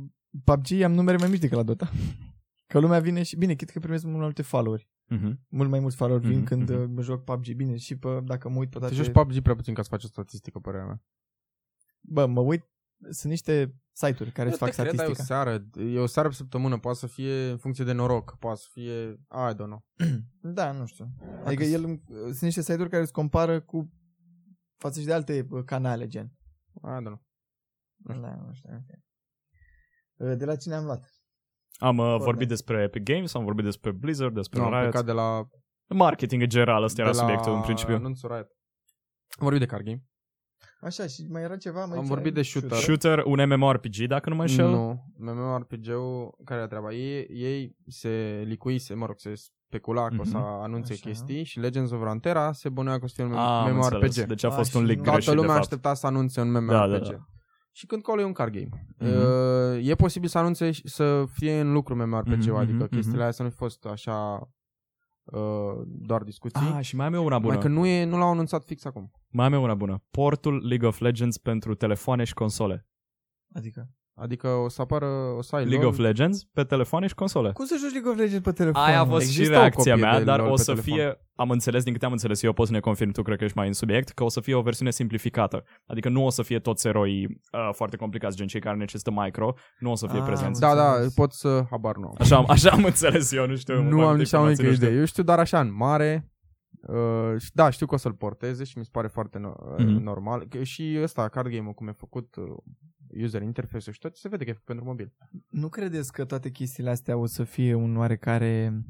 PUBG am numere mai mici decât la Dota. Că lumea vine și... Bine, cred că primesc mult mai multe followeri.
Mhm.
Mult mai mulți followeri vin
Mhm,
când
mhm.
uh, mă joc PUBG. Bine, și pe, dacă mă uit pe
Te
toate...
joci PUBG prea puțin ca să faci o statistică, părerea mea.
Bă, mă uit... Sunt niște site-uri care îți fac
e o
statistica.
seară, e o seară pe săptămână, poate să fie în funcție de noroc, poate să fie, I don't know.
Da, nu știu. Adică el, îmi- sunt niște site-uri care îți compară cu față și de alte bă, canale, gen.
I don't know.
Da, nu știu. ok. Uh, De la cine am luat?
Am uh,
Foarte.
vorbit despre Epic Games, am vorbit despre Blizzard, despre
Nu, am
Riot.
plecat de la
Marketing în general, ăsta era
de la
subiectul în principiu.
Anunțul Riot. Am vorbit de card game.
Așa, și mai era ceva? Mai
Am
ziceai?
vorbit de shooter.
Shooter, un MMORPG, dacă nu mă înșel.
Nu, MMORPG-ul, care era treaba? Ei, ei se licuise, mă rog, se specula că o să
Mhm.
anunțe
Așa.
chestii și Legends of Runeterra se bunea că o să fie un
Ah, am înțeles.
MMORPG.
Deci a
Ah,
fost
și
un leak
nu-
greșit,
Toată lumea
de fapt.
aștepta să anunțe un MMORPG.
Da, da, da.
Și când colo e un card game.
Mhm.
Uh, E posibil să anunțe și să fie în lucru MMORPG-ul,
Mhm,
adică
mhm,
chestiile
mhm.
astea nu au fost așa uh, doar discuții.
Ah, și mai am eu una bună.
Mai că nu, e, nu l-au anunțat fix acum.
Mai am eu una bună. Portul League of Legends pentru telefoane și console.
Adică?
Adică o să apară, o să ai
League
LOL.
of Legends pe telefoane și console.
Cum să joci League of Legends pe telefon?
Aia a fost și
Există o
reacția
copie
mea,
de
dar
LOL
o
pe
să
telefon.
fie, am înțeles, din câte am înțeles eu, poți să ne confirmi tu, cred că ești mai în subiect, că o să fie o versiune simplificată. Adică nu o să fie toți eroii uh, foarte complicați, gen cei care necesită micro, nu o să fie
Ah,
prezenți.
Da, da,
Înțeles.
pot să habar nu. am.
Așa, am- așa am înțeles eu, nu știu.
Nu
mai
am
multe
nici am
informații,
nicio
nu știu.
idee. Eu știu, dar așa, în mare... Uh, și- da, știu că o să-l porteze și mi se pare foarte no-
Mhm.
mm-hmm. normal. Că și ăsta, card game-ul, cum e făcut uh, user interface-ul și tot, se vede că e făcut pentru mobil.
Nu credeți că toate chestiile astea o să fie un oarecare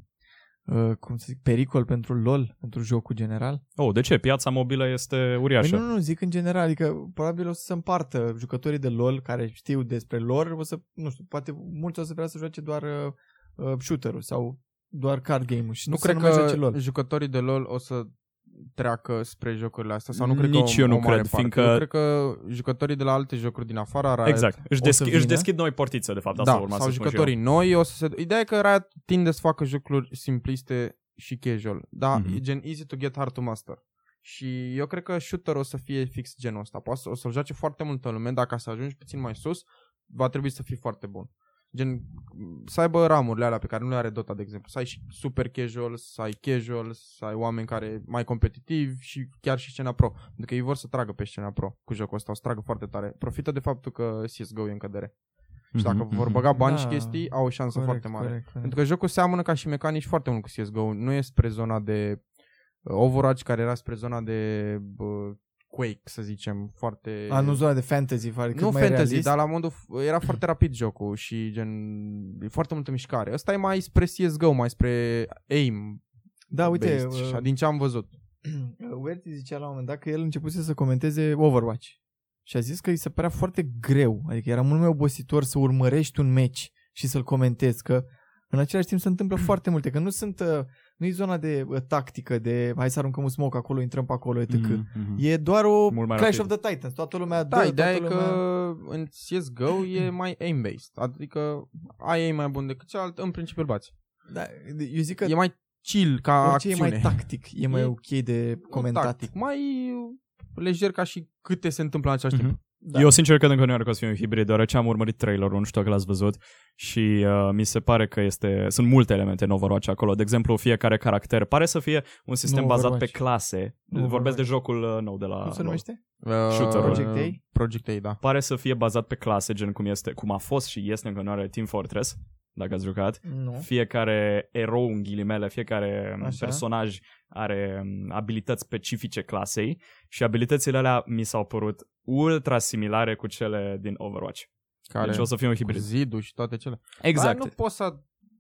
uh, cum să zic, pericol pentru LOL, pentru jocul general?
Oh, de ce? Piața mobilă este uriașă.
Păi nu, nu, zic în general, adică probabil o să se împartă jucătorii de LOL care știu despre lor, o să, nu știu, poate mulți o să vrea să joace doar uh, uh, shooter-ul sau doar card game-ul și
Nu,
nu,
nu cred
să nu mai joace
că
LOL.
jucătorii de LoL o să treacă spre jocurile astea sau nu cred
Nici
că o,
eu nu
o mare
cred,
parte.
fiindcă-
Eu cred că jucătorii de la alte jocuri din afara Riot,
Exact. Își,
O să
desch- își
vină?
deschid noi portițe, de fapt. Asta
da,
urma
sau
să spun și eu.
jucătorii noi o să se... Ideea e că Riot tinde să facă jocuri simpliste și casual, da?
Mhm.
Mm-hmm. E gen easy to get, hard to master. Și eu cred că shooter o să fie fix genul ăsta. Poate să, o să-l joace foarte multă lume, dacă să ajungi puțin mai sus, va trebui să fii foarte bun. Gen, să aibă ramurile alea pe care nu le are Dota, de exemplu. Să ai și super casual, să ai casual, să ai oameni care mai competitivi și chiar și scena pro. Pentru că ei vor să tragă pe scena pro cu jocul ăsta, o să tragă foarte tare. Profită de faptul că CSGO e în cădere. Și dacă
Mhm,
vor
mhm.
băga bani
Da.
și chestii, au o șansă foarte mare.
Corect, corect.
Pentru că jocul seamănă ca și mecanici foarte mult cu CSGO. Nu e spre zona de uh, Overwatch, care era spre zona de bă, Quake, să zicem, foarte...
A, nu zona de fantasy, adică
nu
mai
fantasy,
realist.
dar la modul... f- Era foarte rapid jocul și gen... E foarte multă mișcare. Ăsta e mai spre CSGO, mai spre aim.
Da, uite,
based, și așa,
uh,
din ce am văzut.
Werty zicea la un moment dat că el începuse să comenteze Overwatch și a zis că îi se părea foarte greu, adică era mult mai obositor să urmărești un meci și să-l comentezi, că în același timp se întâmplă foarte multe, că nu sunt uh, nu e zona de uh, tactică, de hai să aruncăm un smoke acolo, intrăm pe acolo, etc. Mm.
Mhm, mhm.
E doar o
Mult mai
Clash
rapid.
of the Titans, toată lumea
Da,
dă,
ideea e
toată
că
lumea...
în CSGO e mai aim-based. Adică ai aim mai bun decât cealalt, în principiu îl bați.
Da, eu zic că
E mai chill ca
orice
acțiune.
e mai tactic, e mai
E-
ok de
Nu
comentat.
Tactic, mai lejer ca și câte se întâmplă în același
Mhm.
timp.
Da.
Eu sincer cred încă nu are că o să fie un hibrid, deoarece am urmărit trailerul, nu știu dacă l-ați văzut, și uh, mi se pare că este, sunt multe elemente în Overwatch acolo. De exemplu, fiecare caracter pare să fie un sistem
Nu
bazat
Overwatch.
pe clase.
Nu
Vorbesc
Overwatch.
de jocul uh, nou de la...
Ah,
Cum se
LoL.
numește?
Uh,
Shooter-ul.
Project A?
Project A, da.
Pare să fie bazat pe clase, gen cum, este, cum a fost și este încă nu are Team Fortress, dacă ați jucat.
Nu.
Fiecare erou, în ghilimele, fiecare
Da. Așa.
Așa. personaj are um, abilități specifice clasei și abilitățile alea mi s-au părut ultra similare cu cele din Overwatch.
Care
Deci o să fie un
cu
hibrid.
zidul și toate cele.
Exact.
Dar nu poți să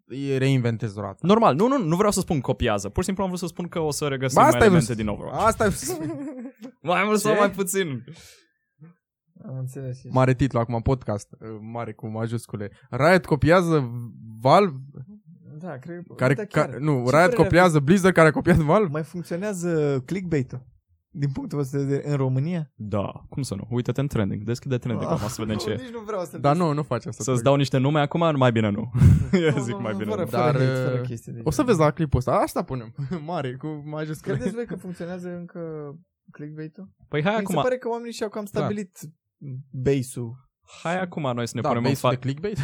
îi reinventezi roata.
Normal, nu, nu, nu vreau să spun copiază. Pur și simplu am vrut să spun că o să regăsim
Ba,
mai
asta ai vrut
elemente
să-
din Overwatch.
Asta e
Mai mult sau
Ce?
mai puțin.
Am înțeles.
mare titlu acum, podcast. uh, Mare cu majuscule. Riot copiază Valve,
Da, cred că...
care,
da, chiar.
ca, nu,
Ce
Riot
părere
copiază Blizzard, care a copiat Valve.
Mai funcționează clickbait-ul din punctul vostru de vedere în România? Ah.
Da, cum să nu? Uite-te în trending. Deschide trending acum să vedem ce e.
Nici nu vreau să
Dar nu, nu face asta.
Să-ți dau niște nume acum, mai bine nu. Eu
Nu,
zic
nu,
mai
nu,
bine
Fără,
nu.
da.
fără,
Dar,
hate, fără
uh,
chestii. de
O să
genul.
vezi la clipul ăsta. Asta punem. Mare, cu majuscule.
Credeți voi că funcționează încă clickbait-ul?
Păi hai
Mi se
acum, Da.
pare că oamenii și-au cam stabilit base-ul.
hai acum noi să ne
da,
punem în
base
față.
de clickbait?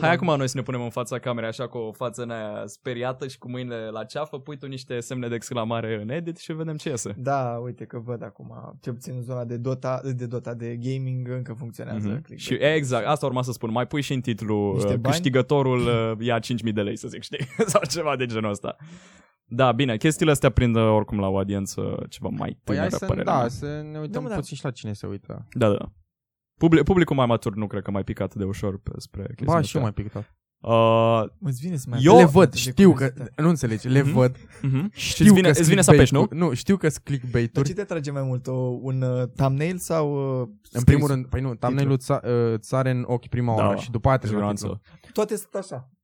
Hai acum noi să ne punem în fața camerei așa cu o față în aia speriată și cu mâinile la ceafă, pui tu niște semne de exclamare în edit și vedem ce iese.
Da, uite că văd acum, cel puțin în zona de Dota, de Dota, de gaming, încă funcționează
Mhm.
mm-hmm.
Și exact, asta urma să spun, mai pui și în titlu
Niște
uh,
bani?
câștigătorul uh, ia 5.000 de lei, să zic, știi? Sau ceva de genul ăsta. Da, bine, chestiile astea prind uh, oricum la o audiență uh, ceva mai
Păi
tânără,
hai să,
părerea
da,
mea.
să ne uităm
mă, da.
puțin și la cine se uită.
da, da. Public, publicul mai matur nu cred că mai picat de ușor pe, spre chestiile
Ba, și
astea.
eu mai pictat.
Uh,
Îți vine să mai
Eu-
le
apăs
văd,
de
știu că...
curiozitate.
Nu înțelegi, le
Mhm.
văd.
mhm. Și
Știu
îți vine,
că-s
îți vine să apeși, nu?
clickbait-uri. Nu, știu că sunt
Dar
clickbait-uri.
ce te atrage mai mult, o, un uh, thumbnail sau uh,
În
scrisul?
primul rând, păi nu, thumbnail-ul ța- uh, îți are în ochi prima
Da,
oară și după aia trebuie la
Siguranță.
Toate sunt așa.
titlu.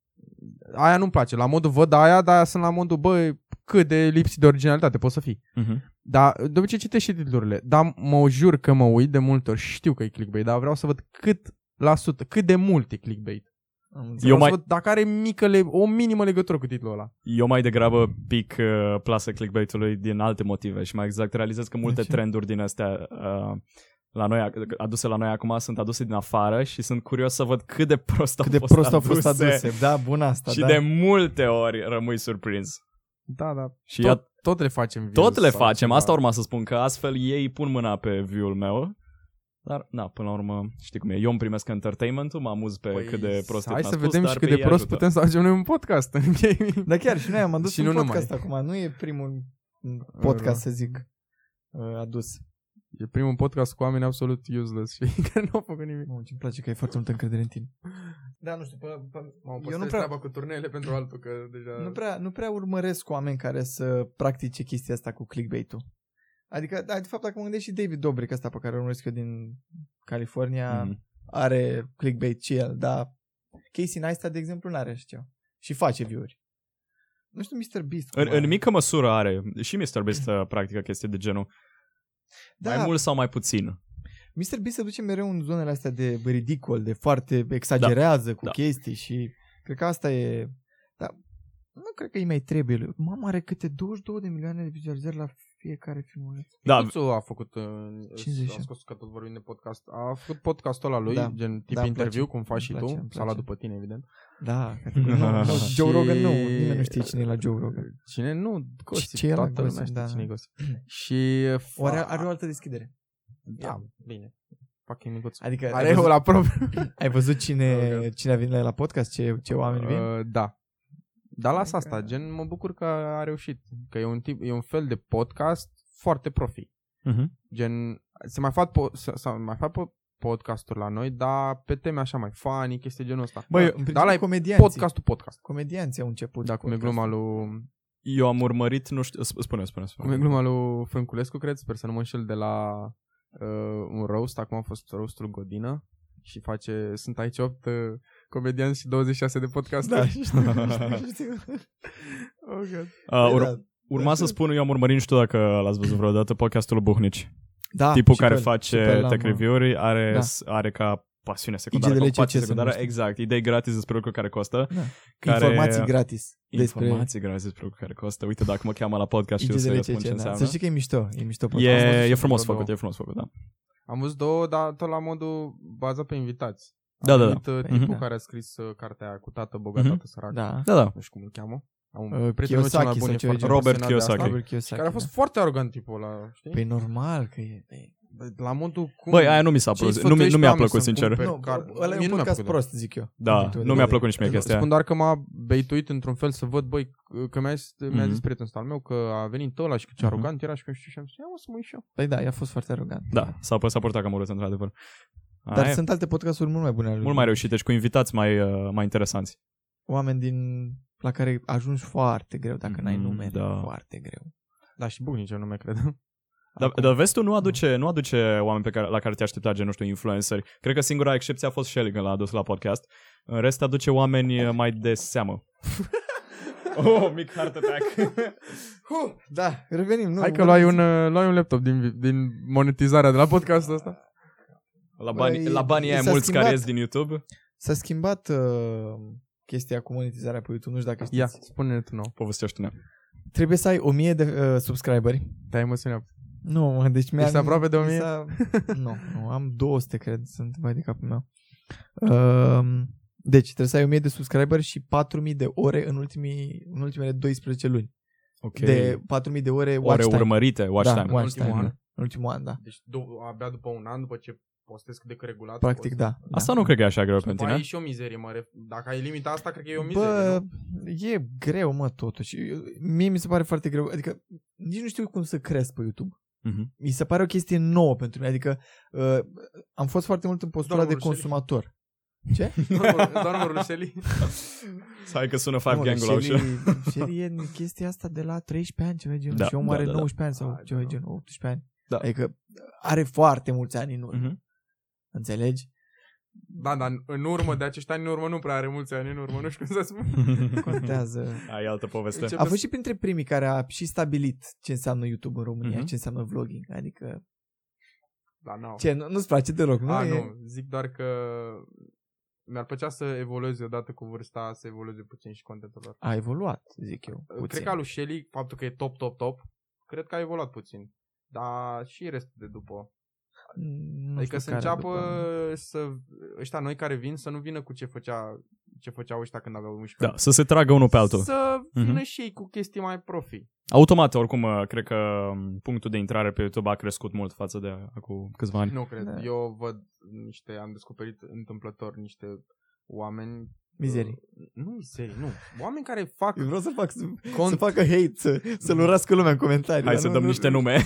Aia nu-mi place. La modul văd aia, dar sunt la modul, bă, cât de lipsit de originalitate poți să fii.
Mhm.
Dar de obicei citești și titlurile. Dar mă jur că mă uit de multe ori. Știu că e clickbait, dar vreau să văd cât la sută, cât de mult e clickbait.
Eu...
Vreau
mai-
să văd dacă are mică, le- o minimă legătură cu titlul ăla.
Eu mai degrabă pic uh, plasă clickbait-ului din alte motive și mai exact realizez că multe
ce?
trenduri din astea uh, la noi, ac- aduse la noi acum sunt aduse din afară și sunt curios să văd cât de prost au
Cât de
fost
prost au
aduse.
fost aduse. Da, bun asta,
Și
da.
de multe ori rămâi surprins.
Da, da.
Și
Tot,
tot,
Ia... tot le facem views
tot le
sau
facem,
ceva.
asta urma să spun, că astfel ei pun mâna pe view-ul meu. Dar, da, până la urmă, știi cum e, eu îmi primesc entertainment-ul, mă amuz pe păi, cât de prost
Hai
mi-a
să
spus,
vedem
dar
și cât
pe
de
ei
prost
ajută.
putem să facem noi un podcast în gaming.
Dar chiar și noi am adus
Și
și un
nu
nu podcast acum. Nu e primul podcast, să zic, uh, adus.
E primul podcast cu oameni absolut useless și care nu au făcut nimic.
Mamă, ce-mi place că ai foarte multă încredere în tine.
Da, nu știu, până, până m-am
păstrat nu prea- treaba
cu turneele pentru altul, că deja...
Nu prea, nu prea urmăresc oameni care să practice chestia asta cu clickbait-ul. Adică, da, de fapt, dacă mă gândesc și David Dobrik ăsta pe care îl urmăresc eu din California, mm-hmm.
Mhm.
are clickbait și el, dar Casey Neistat, de exemplu, nu are așa ceva. Și face view-uri. Nu știu, Mr. Beast. cum
În,
are.
în mică măsură are, și Mr. Beast uh, practică chestii de genul,
da,
mai mult sau mai puțin.
Mr. Beast se duce mereu în zonele astea de ridicol, de foarte exagerează da. cu da.
da.
chestii și cred că asta e... Dar nu cred că îi mai trebuie. lui. Mama are câte 22 de milioane de vizualizări la fiecare filmuleț.
Da,
Nițu a făcut, uh,
50.
a scos că tot vorbim de podcast, a făcut podcastul ăla lui,
Da.
da. gen tip
Da,
da,
îmi
interviu,
place.
cum faci
Îmi
și
place,
tu,
îmi
s-a luat
place.
după tine, evident.
Da. Nu, nu, Joe Rogan nu. Nimeni nu știe cine e la Joe Rogan.
Cine? Nu, Gossip,
ce e la
toată lumea
Gossip,
știe
da.
cine e Gossip. Și... uh,
Oare
fa-
are o altă deschidere?
Da, bine. Fucking Nicuț.
Adică
Are eu la propriu.
ai văzut cine,
Rogan.
cine a venit la, el la podcast? Ce, ce oameni vin?
Uh, da. Dar las
Adică-
asta, gen, mă bucur că a reușit. Că e un, tip, e un fel de podcast foarte profi.
Mhm.
Gen, se mai fac, po- se, se mai fac po- podcasturi la noi, dar pe teme așa mai funny, chestii genul ăsta.
Băi,
Da.
în principiu
dar la
comedianții.
podcastul podcast.
Comedianții au început.
Da, cum e gluma lui,
eu am urmărit, nu știu, sp- spune, spune,
cum e
spune.
gluma lui Frânculescu, cred, sper să nu mă înșel de la uh, un roast, acum a fost roastul Godină și face, sunt aici 8 uh, comedianți și 26 de podcast.
Da, știu, știu.
oh, God.
Uh, ur-
Da,
Urma să spun, eu am urmărit, nu știu dacă l-ați văzut vreodată, podcastul lui Buhnici.
Da,
Tipul
și
care
pe el, și pe
face
el l-am,
tech
uh,
review-uri are,
Da.
da. are ca pasiune secundară,
IGDL
ca ocupație
CC se
secundară.
numește.
Exact, idei gratis despre lucruri care costă.
Da.
Care,
Informații gratis. Despre
Informații gratis despre lucruri care costă. Uite, dacă mă cheamă la podcast și eu să-i
IGDL
răspund ce
CC, da.
înseamnă.
Să știi că e mișto. E mișto podcastul.
E,
văzut
e
și
frumos
vreo
făcut,
două.
e frumos făcut, da.
Am văzut două, dar tot la modul bazat pe invitați.
Da,
Am
da,
venit, uh, Tipul
Mhm.
care a scris uh, cartea aia cu tată bogat,
Mhm.
tată sărac.
Da.
Da, da.
Nu știu cum îl cheamă. Am
Uh,
un prietenul cel mai
Kiyosaki
bun, e
sau ceva
foarte
de
genul.
pasionat de
Robert
asta,
Kiyosaki.
Robert Kiyosaki.
Care a fost foarte arrogant tipul ăla, știi?
da. Păi normal că e. e.
La modul cum...
Băi, aia nu mi s-a
Ce-i
plăcut, nu, mi-
sfătuiești
nu
pe
mi-a
oameni
plăcut,
să-mi
sincer.
cumpere?
Nu,
Nu, car-
ăla e
mie
un
nu mi-a
podcast
plăcut.
prost, zic eu.
Da,
Din punctul
nu
de
mi-a
vedere.
plăcut nici mie chestia
Spun
aia.
doar că m-a beituit într-un fel să văd, băi, că mi-a zis, mi-a zis
Mhm.
prietenul ăsta al meu că a venit ăla și că ce
Mhm.
arogant era și că nu știu ce. Și am zis, ia mă să mă uit și eu.
Păi da, i-a fost foarte arogant.
Da, s-a, s-a purtat cam urât, într-adevăr.
Dar
Aia e
sunt alte podcasturi mult mai bune ale lui.
mult mai reușite și cu invitați mai, uh, mai interesanți.
Oameni din la care ajungi foarte greu dacă n-ai
Mm,
nume.
da.
Foarte greu.
Da, și buc nici eu nu mi cred.
Dar, dar vezi tu, nu
Mm.
aduce, nu aduce oameni pe care, la care te aștepta, gen, nu știu, influenceri. Cred că singura excepție a fost Shelly când l-a adus la podcast. În rest aduce oameni uh, mai de seamă. oh, mic heart attack.
Huh, da, revenim. Nu,
Hai că luai un, uh, luai un laptop din, din monetizarea de la podcastul ăsta.
la, bani,
Băi,
la banii
i
aia
s-a
mulți
schimbat.
care ies din YouTube.
S-a schimbat uh, chestia cu monetizarea pe YouTube, nu știu dacă știți.
Ia, spune-ne tu nou.
Povestește-ne.
Trebuie să ai 1000 de uh, subscriberi.
Te-ai emoționat.
Nu, mă, deci mi-am...
Ești aproape de
mi
1000?
s-a- nu, nu, am 200, cred, sunt mai de capul meu. Uh, deci, trebuie să ai 1000 de subscriberi și 4000 de ore în, ultimii, în ultimele 12 luni.
Ok.
Okay. De 4000 de ore watch
Oare
time.
urmărite watch
da,
time.
Watch time,
În ultimul
da.
an?
În ultimul an, da.
Deci du- abia după un an, după ce postez cât de că regulat.
Practic,
postez.
da.
Asta
da.
nu cred că e așa greu pentru
După aia e
tine.
și o mizerie mare. Dacă ai limita asta, cred că e o mizerie,
Bă,
nu?
e greu, mă, totuși. Eu- Mie mi se pare foarte greu. Adică, nici nu știu cum să cresc pe YouTube.
Mhm.
mi se pare o chestie nouă pentru mine. Adică uh, am fost foarte mult în postura
Doamnă
de
Rușeli.
consumator.
Doamnă- Doamnă Ruseli.
Să hai că sună Five
Mă,
Gang la
Rușeli-
ușă.
Rușeli e în chestia asta de la 13 ani, ceva de genul.
Da,
și omul
da,
are
da, da.
19 ani sau
Hai,
ceva de
da.
genul, 18 ani.
Da.
Adică are foarte mulți ani în urmă.
Mhm.
Înțelegi?
Da, dar în urmă, de acești ani în urmă, nu prea are mulți ani în urmă, nu știu cum să spun.
Contează.
Ai altă poveste.
Încep-
A fost și printre primii care a și stabilit ce înseamnă YouTube în România,
Mhm.
ce înseamnă vlogging. Adică,
Da, n-au.
ce, nu, nu-ți place deloc, nu?
A,
E-
nu, zic doar că mi-ar plăcea să evolueze odată cu vârsta, să evolueze puțin și contentul lor.
A evoluat, zic eu. Puțin.
Cred că al lui Shelly, faptul că e top, top, top, cred că a evoluat puțin. Dar și restul de după. Nu adică să înceapă să, ăștia noi care vin să nu vină cu ce, făcea, ce făceau ăștia când aveau 11
Da, să se tragă unul pe altul.
Să vină
Mhm.
și ei cu chestii mai profi.
Automat, oricum, uh, cred că um, punctul de intrare pe YouTube a crescut mult față de acum câțiva ani.
Nu cred.
Da.
Eu văd niște, am descoperit întâmplător niște oameni
Mizerii.
Uh, Nu mizerii, nu. Oameni care fac
Eu vreau să fac, să
cont,
facă hate, să, să-l urască lumea în comentarii.
Mm. Hai
dar
să
nu-
dăm
nu-
niște nume.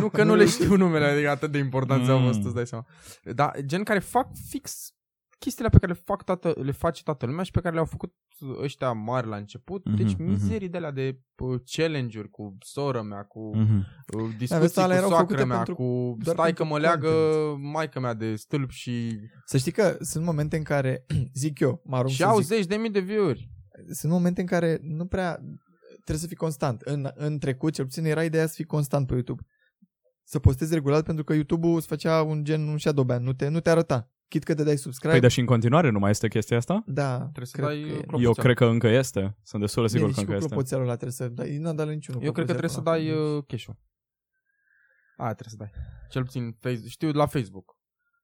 nu că nu le știu numele, adică atât de importanță au fost,
Mm.
îți dai seama. Dar gen care fac fix chestiile pe care le, fac toată, le face toată lumea și pe care le-au făcut ăștia mari la început.
Mhm,
Deci
mhm.
mizerii de alea de uh, challenge-uri cu sora mea, cu
Păi,
uh, discuții
Mm. vezi, alea
cu
erau făcute
soacră mea,
pentru-
cu
doar
stai că
pentru
mă leagă
content.
maica mea de stâlp și,
Să știi că sunt momente în care, zic eu, mă arunc
și
să
au
zic,
zeci de mii de view-uri.
sunt momente în care nu prea trebuie să fii constant. În, în trecut, cel puțin, era ideea să fii constant pe YouTube. Să postezi regulat pentru că YouTube-ul îți făcea un gen, un shadow ban, nu te, nu te arăta. Chit că te dai subscribe.
Păi, dar și în continuare nu mai este chestia asta?
da,
Trebuie să
cred
dai uh,
că e.
clopoțel.
Eu cred că încă este. Sunt destul de sigur
Bine,
că
și cu
încă este.
clopoțelul ăla trebuie să dai. N-am dat niciunul.
Eu cred că trebuie să dai uh, cash-ul. Aia trebuie să dai. Cel puțin face- știu la Facebook.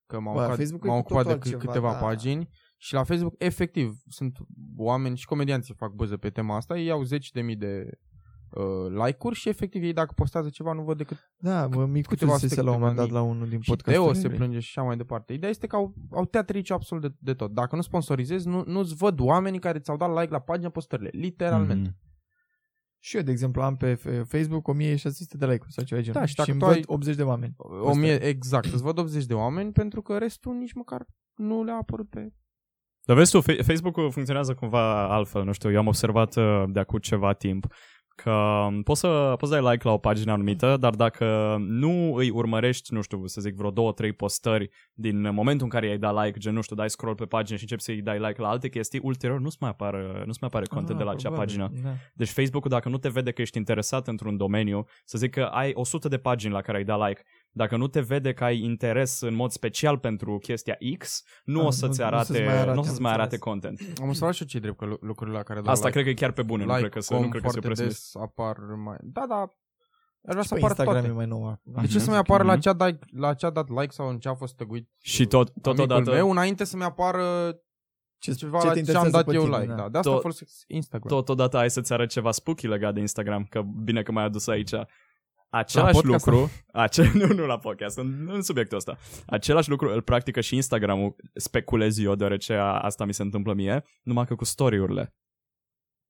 Că m-am
Ba,
ocupat,
Facebook e
m-am
cu
ocupat de
totul
câ-
altceva,
câteva
da.
pagini și la Facebook, efectiv, sunt oameni și comedianții fac buză pe tema asta, ei au zeci de mii de uh, like-uri și efectiv ei dacă postează ceva nu văd decât
Da, mă, micuțul
câteva
se se
aspecte
la un moment dat
mai
la unul din
și
podcast.
Teo se plânge și așa mai departe. Ideea este că au, au teatriciu absolut de, de tot. Dacă nu sponsorizezi, nu, nu-ți văd oamenii care ți-au dat like la pagina postările. Literalmente.
Mhm.
Și eu, de exemplu, am pe F- Facebook 1600 de like-uri sau ceva de genul.
Da, și dacă
îmi
tu
văd
ai-
80 de oameni.
O mie, exact, îți văd 80 de oameni pentru că restul nici măcar nu le-a apărut pe...
Dar vezi tu, Fe- Facebook-ul funcționează cumva altfel, nu știu, eu am observat uh, de acum ceva timp că um, poți să, poți să dai like la o pagină anumită, dar dacă nu îi urmărești, nu știu, să zic vreo două, trei postări din momentul în care i-ai dat like, gen, nu știu, dai scroll pe pagină și începi să-i dai like la alte chestii, ulterior nu-ți mai apare, nu-ți mai apare content de la acea
Ah, probabil,
pagină.
Da.
Deci Facebook-ul, dacă nu te vede că ești interesat într-un domeniu, să zic că ai 100 de pagini la care ai dat like, dacă nu te vede că ai interes în mod special pentru chestia X, nu
Ah,
o să-ți
nu- nu
arate,
să-ți mai arate,
nu o
am
să-ți mai arate
înțeles.
content.
Am observat și eu ce drept că lu- lucrurile la care dau
Asta
like,
cred că e chiar pe bune, nu
like
cred că se, nu
com
cred că se
foarte
presupune.
des apar mai... Da, da, ar vrea
Și
să
pe
apară
Păi, Instagram e
toate.
mai nou. acum.
De ce
Mhm.
să-mi apară la
Mhm.
ce-a dat, la ce-a dat like sau în ce a fost tăguit
Și tot,
amicul
totodată,
meu înainte să-mi apară
Ce,
ceva ce la ce am
interesează
dat
pe
eu
tine,
like. Da.
da.
De asta
Tot-
folosesc Instagram.
totodată ai să-ți arăt ceva spooky legat de Instagram, că bine că m-ai adus aici. Același
podcast
lucru, ace- nu, nu la podcast, în, în subiectul ăsta. Același lucru îl practică și Instagramul, speculez eu, deoarece a, asta mi se întâmplă mie, numai că cu story-urile.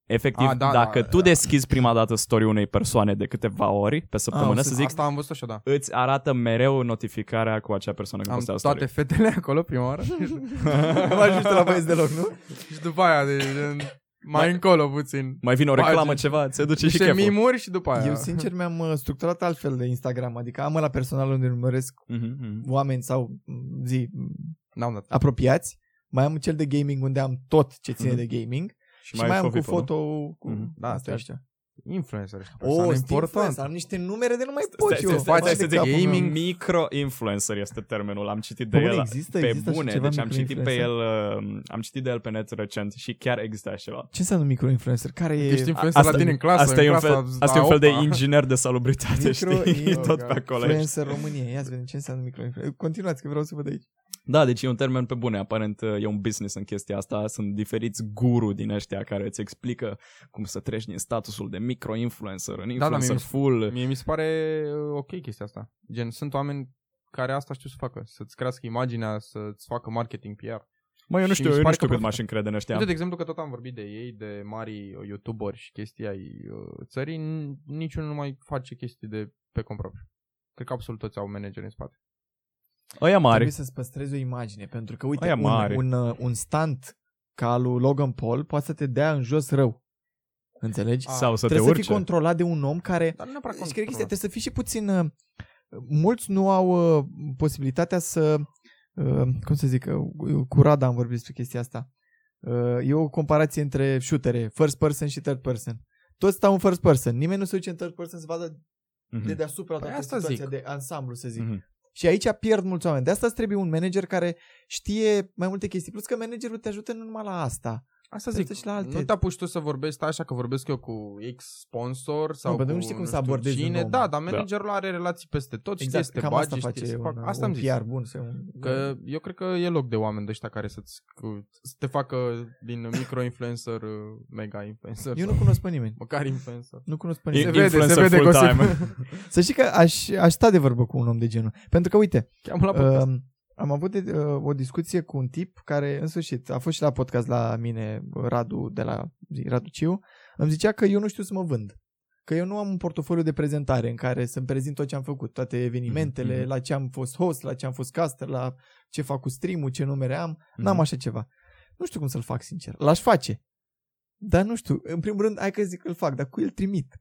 Efectiv,
Ah,
a,
da,
da, dacă
da,
tu
da.
deschizi prima dată story unei persoane de câteva ori pe săptămână,
Ah,
să
să-
zic,
Asta am văzut și eu, da.
îți arată mereu notificarea cu acea persoană când
Am
postează
toate
story.
fetele acolo prima oară
Nu mai ajungi tu la băieți deloc, nu?
și după aia, de, de, mai încolo puțin.
Mai vine o reclamă,
Pagini.
ceva, ți duce și
Niște
cheful.
mimuri și după aia.
Eu, sincer, mi-am uh, structurat altfel de Instagram. Adică am la personal unde urmăresc
Mhm, mhm.
oameni sau m, zi m,
N-am dat.
apropiați. Mai am cel de gaming unde am tot ce ține
Mhm.
de gaming. Și
mai
mai,
ai
am cu
fovipo, nu?
foto cu...
Mhm.
Da, asta e așa.
Influencer.
O,
Oh,
sunt influencer,
important.
am niște numere de nu mai pot
Stai,
eu.
stai, stai,
Face
stai,
de
stai,
capul
stai,
meu.
gaming micro-influencer este termenul, am citit de
Bă,
el
există,
pe
există așa
bune,
ceva
deci am citit pe
microinfluencer?
el, uh, am citit de el pe net recent și chiar există așa ceva.
Ce înseamnă microinfluencer? Care
Adică
e...
Ești influencer
Asta-
la tine în clasă. da,
asta
în
e un
clasa,
fel, asta e un fel de
a opta.
inginer de salubritate, știi, E
Micro-
tot pe acolo. ești.
Influencer România. Ia să vedem ce înseamnă microinfluencer. Continuați că vreau să văd aici.
Da, deci e un termen pe bune, aparent uh, e un business în chestia asta, sunt diferiți guru din ăștia care îți explică cum să treci din statusul de micro-influencer în
da,
influencer
mi-
full.
Mie mi se pare uh, ok chestia asta. Gen, sunt oameni care asta știu să facă. Să-ți crească imaginea, să-ți facă marketing PR.
Mă, eu nu
și mi
știu,
se
eu nu
pare
știu
că
cât
profită.
m-aș încrede în ăștia.
Uite, de exemplu, că tot am vorbit de ei, de mari uh, youtuberi și chestii ai uh, țării, n- niciunul nu mai face chestii de pe cont propriu. Cred că absolut toți au manageri în spate.
Ăia mari.
Trebuie să-ți păstrezi o imagine, pentru că, uite,
Aia
un,
mare.
un, uh, un stand ca al lui Logan Paul poate să te dea în jos rău. Înțelegi?
Ah,
Sau să te
Trebuie să
urce.
fii controlat de un om care
Dar nu neapărat
Și cred că este, trebuie să fii și puțin... uh, Mulți nu au uh, posibilitatea să... uh, Cum să zic? uh, Cu Rada am vorbit despre chestia asta. Uh, E o comparație între shootere, first person și third person. Toți stau în first person. Nimeni nu se duce în third person să vadă
Mhm.
de deasupra
Păi
toată
asta
situația
zic.
de ansamblu, să zic.
Mhm.
Și aici pierd mulți oameni. De asta îți trebuie un manager care știe mai multe chestii. Plus că managerul te ajută nu numai la asta.
Asta
Te
zic,
duci la alte-
nu te apuci tu să vorbești, stai așa că vorbesc eu cu X sponsor sau
Nu,
cu
pentru că nu știi cum să
știu
abordezi un
cine.
om.
Da, dar managerul are relații peste tot, știe să te
Exact, cam
bagi,
asta face
știe să fac...
un, uh,
Asta
un
am zis.
PR bun. Să un...
Că eu cred că e loc de oameni de ăștia care să-ți, cu- să te facă din micro-influencer, uh, mega-influencer,
Eu
sau
nu cunosc pe nimeni.
măcar influencer.
Nu cunosc pe
E-
nimeni.
influencer full-time.
Să știi că aș, aș sta de vorbă cu un om de genul. Pentru că, uite,
Cheamă la podcast.
um, am avut uh, o discuție cu un tip care, în sfârșit, a fost și la podcast la mine, Radu, de la zi, Radu Ciu, îmi zicea că eu nu știu să mă vând. Că eu nu am un portofoliu de prezentare în care să-mi prezint tot ce am făcut, toate evenimentele,
Mhm, mhm.
la ce am fost host, la ce am fost caster, la ce fac cu stream ce numere am. N-am așa ceva. Nu știu cum să-l fac, sincer. L-aș face. Dar nu știu. În primul rând, hai că zic că îl fac, dar cu el trimit.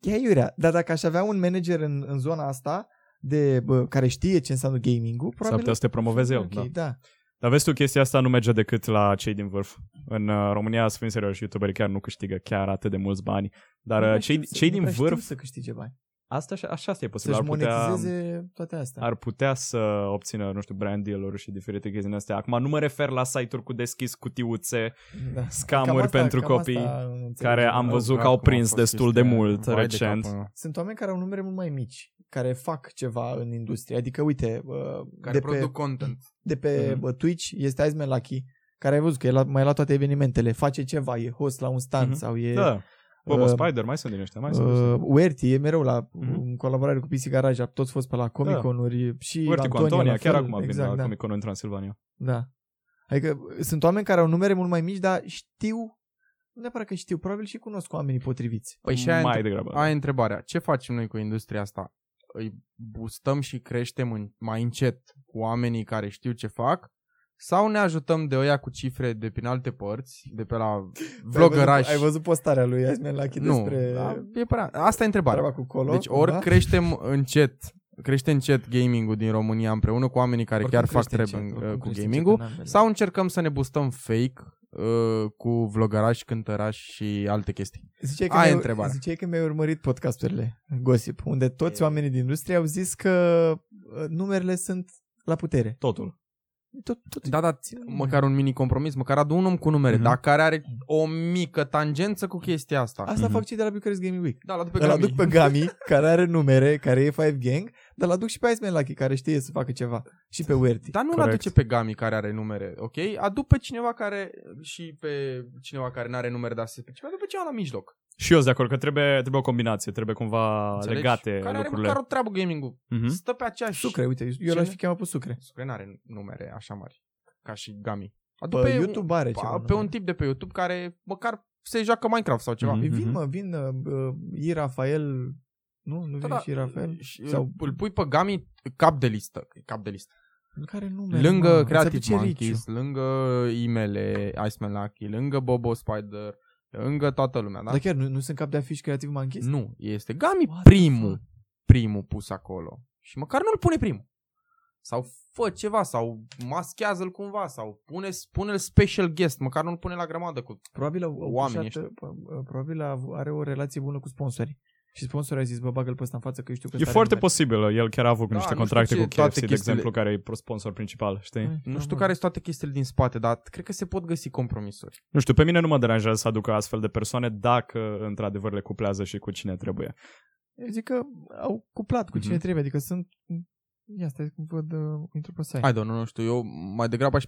Ia iurea. Dar dacă aș avea un manager în, în zona asta, de, bă, care știe ce înseamnă gaming-ul,
S-ar
probabil...
putea să te promovez eu,
Ok,
da.
da.
Dar vezi tu, chestia asta nu merge decât la cei din vârf. În uh, România, să fim serioși, youtuberii chiar nu câștigă chiar atât de mulți bani. Dar
prea
uh, cei,
știu să-
cei
nu
din
prea știu
vârf,
să câștige bani.
asta, așa- așa e posibil.
Să-și
ar putea,
monetizeze Da. toate astea.
ar putea să obțină, nu știu, brand deal-uri și diferite chestii din astea. Acum nu mă refer la site-uri cu deschis cutiuțe,
Da.
scamuri
Cam asta-
pentru
cam
copii,
asta nu înțeleg.
care am văzut
Bă,
că au
acum a
prins
fost
destul de
chestia-
mult
Vai de
recent.
capul meu.
Sunt oameni care au numere mult mai mici, care fac ceva în industrie. Adică, uite, uh,
Care
de pe
produc content.
de pe
Mhm.
mm-hmm. Twitch este Iceman Lucky, care ai văzut că e la, mai la toate evenimentele, face ceva, e host la un stand
Mhm.
mm-hmm. sau e...
Da. Bobo
Uh,
Spider, mai sunt din ăștia, mai sunt.
Uh, Uerti e mereu la
Mhm.
mm-hmm. în colaborare cu PC Garage, a tot fost pe la Comic-Con-uri și
Uite cu
Antonia,
Antonia,
la
chiar
fel,
acum vin
exact,
la
da,
Comic Con în Transilvania.
da. Adică uh, sunt oameni care au numere mult mai mici, dar știu, nu neapărat că știu, probabil și cunosc oamenii potriviți.
Păi și aia,
mai
mai
degrabă.
aia e întrebarea. Ce facem noi cu industria asta? Îi boostăm și creștem în, mai încet cu oamenii care știu ce fac? Sau ne ajutăm de ăia cu cifre de prin alte părți, de pe la
Ai
vlogărași?
văzut, ai văzut postarea lui Iceman Lucky
nu,
despre
da, e prea, asta e întrebarea.
treaba cu Colo?
Deci ori
da?
creștem încet, crește încet gaming-ul din România împreună cu oamenii care
Oricum
chiar fac
crește
treabă
încet,
în-
oricum
cu
crește
gaming-ul,
încet în ambele.
sau încercăm să ne boostăm fake uh, cu vlogărași, cântărași și alte chestii.
Ziceai că,
Aia e
mi-ai,
întrebarea.
ziceai că mi-ai urmărit podcasturile Gossip, unde toți
E-
oamenii din industrie au zis că uh, numerele sunt la putere.
Totul.
Tot, tot
Da, da,
ține numere.
măcar un mini compromis, măcar adu un om cu numere,
Mhm.
mm-hmm. dar care are o mică tangență cu chestia asta.
Asta
Mhm.
fac cei de la Bucharest Gaming Week.
Da, la duc da. pe
Pe Îl
Gami.
aduc pe Gami, care are numere, care e Five Gang, dar îl aduc și pe Iceman Lucky, care știe să facă ceva. Și pe Werty.
Dar nu
Corect.
Correct. aduce pe Gami care are numere, ok? Adu pe cineva care și pe cineva care nu are numere, dar se pe cineva, adu pe cineva la mijloc.
Și eu sunt de acord că trebuie, trebuie o combinație, trebuie cumva
înțelegi?
legate
care are
lucrurile.
măcar o treabă gaming-ul.
Mhm.
Stă pe aceeași...
Sucre, uite, eu l-aș fi chemat pe Sucre.
Sucre n-are numere așa mari, ca și Gami. Adu
Pe, YouTube are
un,
ceva. da.
pe un
numere.
tip de pe YouTube care măcar se joacă Minecraft sau ceva.
Mhm.
Păi Vin, mă, vin uh, uh, I. Rafael... Nu? Nu vine și Rafael?
Da, și
Sau-
îl pui pe Gami cap de listă, cap de listă.
Care nume?
Lângă
mă? Îți
Creative
aduce Riciu.
Monkeys, lângă Imele, Iceman Lucky, lângă Bobo Spider, lângă toată lumea, da?
Dar chiar nu, nu sunt cap de afiș creativ manchis?
Nu, este Gami
What the
primul,
fuck?
primul pus acolo. Și măcar nu-l pune primul. Sau fă ceva, sau maschează-l cumva, sau pune, pune-l special guest, măcar nu-l pune la grămadă cu...
Probabil, au, au
Oamenii
pușat, p- probabil a- are o relație bună cu sponsorii. Și sponsorii a zis, bă, bagă-l pe ăsta în față că eu știu că
E foarte posibil, el chiar a avut
Da,
niște
nu
contracte
știu
cu
ce toate
KFC, de
chestiile- Mm.
exemplu, care e sponsor principal, știi?
Da, Mm,
Nu știu care sunt toate chestiile din spate, dar cred că se pot găsi compromisuri.
Nu știu, pe mine nu mă deranjează să aducă astfel de persoane dacă într-adevăr le cuplează și cu cine trebuie.
Eu zic că au cuplat cu cine
Mhm.
trebuie, adică sunt... Ia stai cum văd, uh, intru pe site.
Hai, nu, nu știu, eu mai degrabă aș...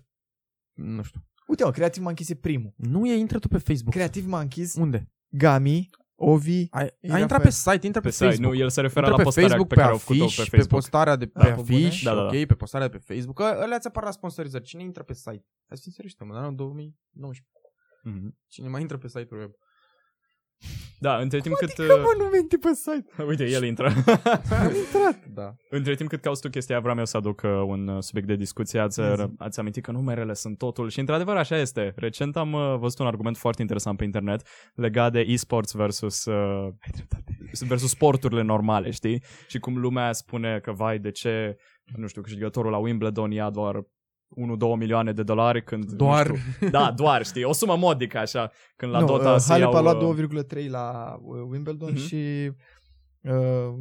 Nu știu.
Uite, mă, creativ manchis e primul.
Nu e, intră tu pe Facebook.
Creativ manchis,
Unde?
Gami, Ovi,
Ai,
Ei,
ai intrat
Rafael.
pe site, intră
Pe
pe, pe
site,
Facebook.
nu, el se referă
Intră
la postarea pe,
Facebook,
care au făcut-o pe
afiș,
Facebook.
pe postarea de pe
Da, pe bune?
afiș,
Da, da, da.
ok, pe postarea de pe Facebook, că ălea ți apar la sponsorizări. Cine intră pe site? Hai să fim serioși, suntem în anul 2019.
Mhm.
Cine mai intră pe site-ul web?
Da, între timp cât...
Adică, mă, nu minte pe site.
uh, Uite, el intră.
Am intrat.
Da.
Între timp cât cauți tu chestia, vreau eu să aduc uh, un uh, subiect de discuție. Ați,
Ia zi.
uh, ați amintit că numerele sunt totul și într-adevăr așa este. Recent am uh, văzut un argument foarte interesant pe internet legat de e-sports versus, uh, versus sporturile normale, știi? Și cum lumea spune că, vai, de ce, nu știu, câștigătorul la Wimbledon ia doar 1-2 milioane de dolari când... Nu știu, da, doar, știi? O sumă modică, așa, când la
nu,
Dota
uh,
se
Halep
iau...
a luat
uh,
2,3 la uh, Wimbledon
Mhm.
și Uh,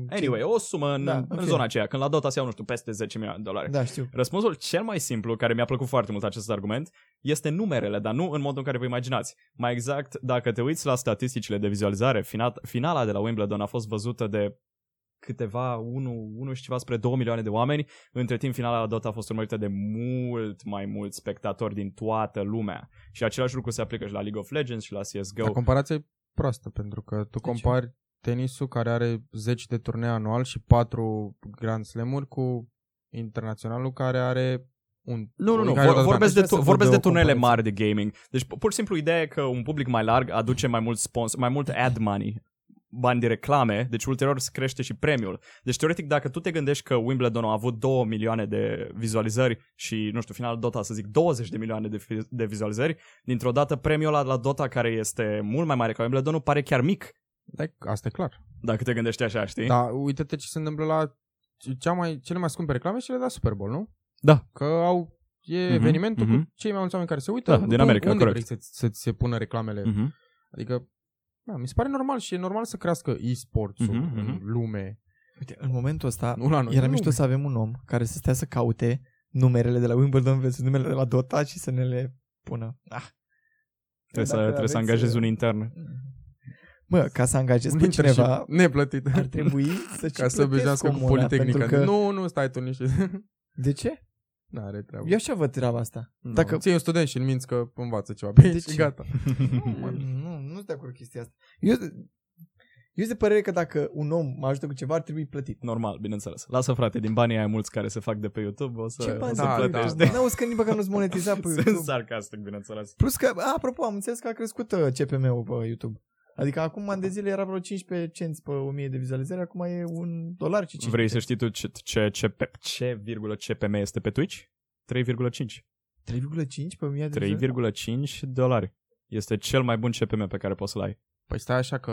Anyway, o sumă în,
Da,
da,
în
în
fine.
zona aceea, când la Dota se iau, nu știu, peste 10 milioane de dolari.
ce- Da, știu.
Răspunsul cel mai simplu, care mi-a plăcut foarte mult acest argument, este numerele, dar nu în modul în care vă imaginați. Mai exact, dacă te uiți la statisticile de vizualizare, fina- finala de la Wimbledon a fost văzută de câteva, 1, 1 și ceva spre 2 milioane de oameni. Între timp, finala la Dota a fost urmărită de mult mai mulți spectatori din toată lumea. Și același lucru se aplică și la League of Legends și la CSGO.
Dar comparația e proastă, pentru că tu
ce?
compari tenisul care are 10 de turnee anual și 4 Grand Slam-uri cu internaționalul care are un...
Nu, nu, nu,
care
vor,
are-
vorbesc, de,
Trebuie
tu,
să văd
vorbesc
de
de
o
turnele mari
comparație.
de gaming. Deci pu- pur și simplu ideea e că un public mai larg aduce mai mult sponsor, mai mult ad money, bani de reclame, deci ulterior îți crește și premiul. Deci teoretic dacă tu te gândești că Wimbledon a avut 2 milioane de vizualizări și, nu știu, final Dota să zic 20 de milioane de, fi- de vizualizări, dintr-o dată premiul ăla la Dota care este mult mai mare ca Wimbledonul pare chiar mic,
Dai, asta e clar.
dacă te gândești așa, știi?
Dar uite-te ce se întâmplă la cea mai, cele mai scumpe reclame și le da Super Bowl, nu?
Da.
Că au e
Mhm,
mm-hmm, evenimentul mm-hmm.
mhm.
cu cei mai mulți oameni care se uită.
Da, din
Tu
America,
unde
corect.
Vrei să, să ți se pună reclamele? Mm-hmm.
Mhm.
Adică, da, mi se pare normal și e normal să crească e-sports-ul
Mhm,
mm-hmm,
mhm.
în lume.
Uite, în momentul ăsta
Nu la noi.
era
în
mișto
lume.
să avem un om care să stea să caute numerele de la Wimbledon versus numerele de la Dota și să ne le pună. Ah.
Trebuie, să,
Dacă
trebuie să
aveți,
angajezi
uh,
un intern.
Mă, ca să angajezi
Un
pe
internship
cineva,
neplătit.
ar trebui să
ca să obișnuiască cu Politehnica.
Că...
Că... Nu, nu, stai tu niște.
De ce?
N-are treabă.
Eu așa văd treaba asta.
Nu.
dacă- Deci,
Ții un student și îl minți că învață ceva pe
De
aici și
ce?
gata.
Nu, nu, nu sunt de acord cu chestia asta. Eu, eu sunt de părere că dacă un om mă ajută cu ceva, ar trebui plătit.
Normal, bineînțeles. Lasă, frate, din banii ai mulți care se fac de pe YouTube, o să,
Ce
o
bani
să
să
da,
plătești.
da.
plătești? N-auzi că nici băcar nu-ți monetiza da, pe
Sunt
YouTube.
sarcastic, bineînțeles.
Plus că, a, apropo, am înțeles că a crescut uh, CPM-ul pe YouTube. Adică acum ani de zile era vreo 15 cenți pe 1000 de vizualizări, acum e un dolar și 5.
Vrei să știi tu ce, ce, ce, pe, ce virgulă CPM este pe Twitch?
Exact.
3,5.
3,5 pe 1000 de vizualizări?
3,5 dolari. Este cel mai bun CPM pe care poți să-l ai.
Da.
Păi stai așa că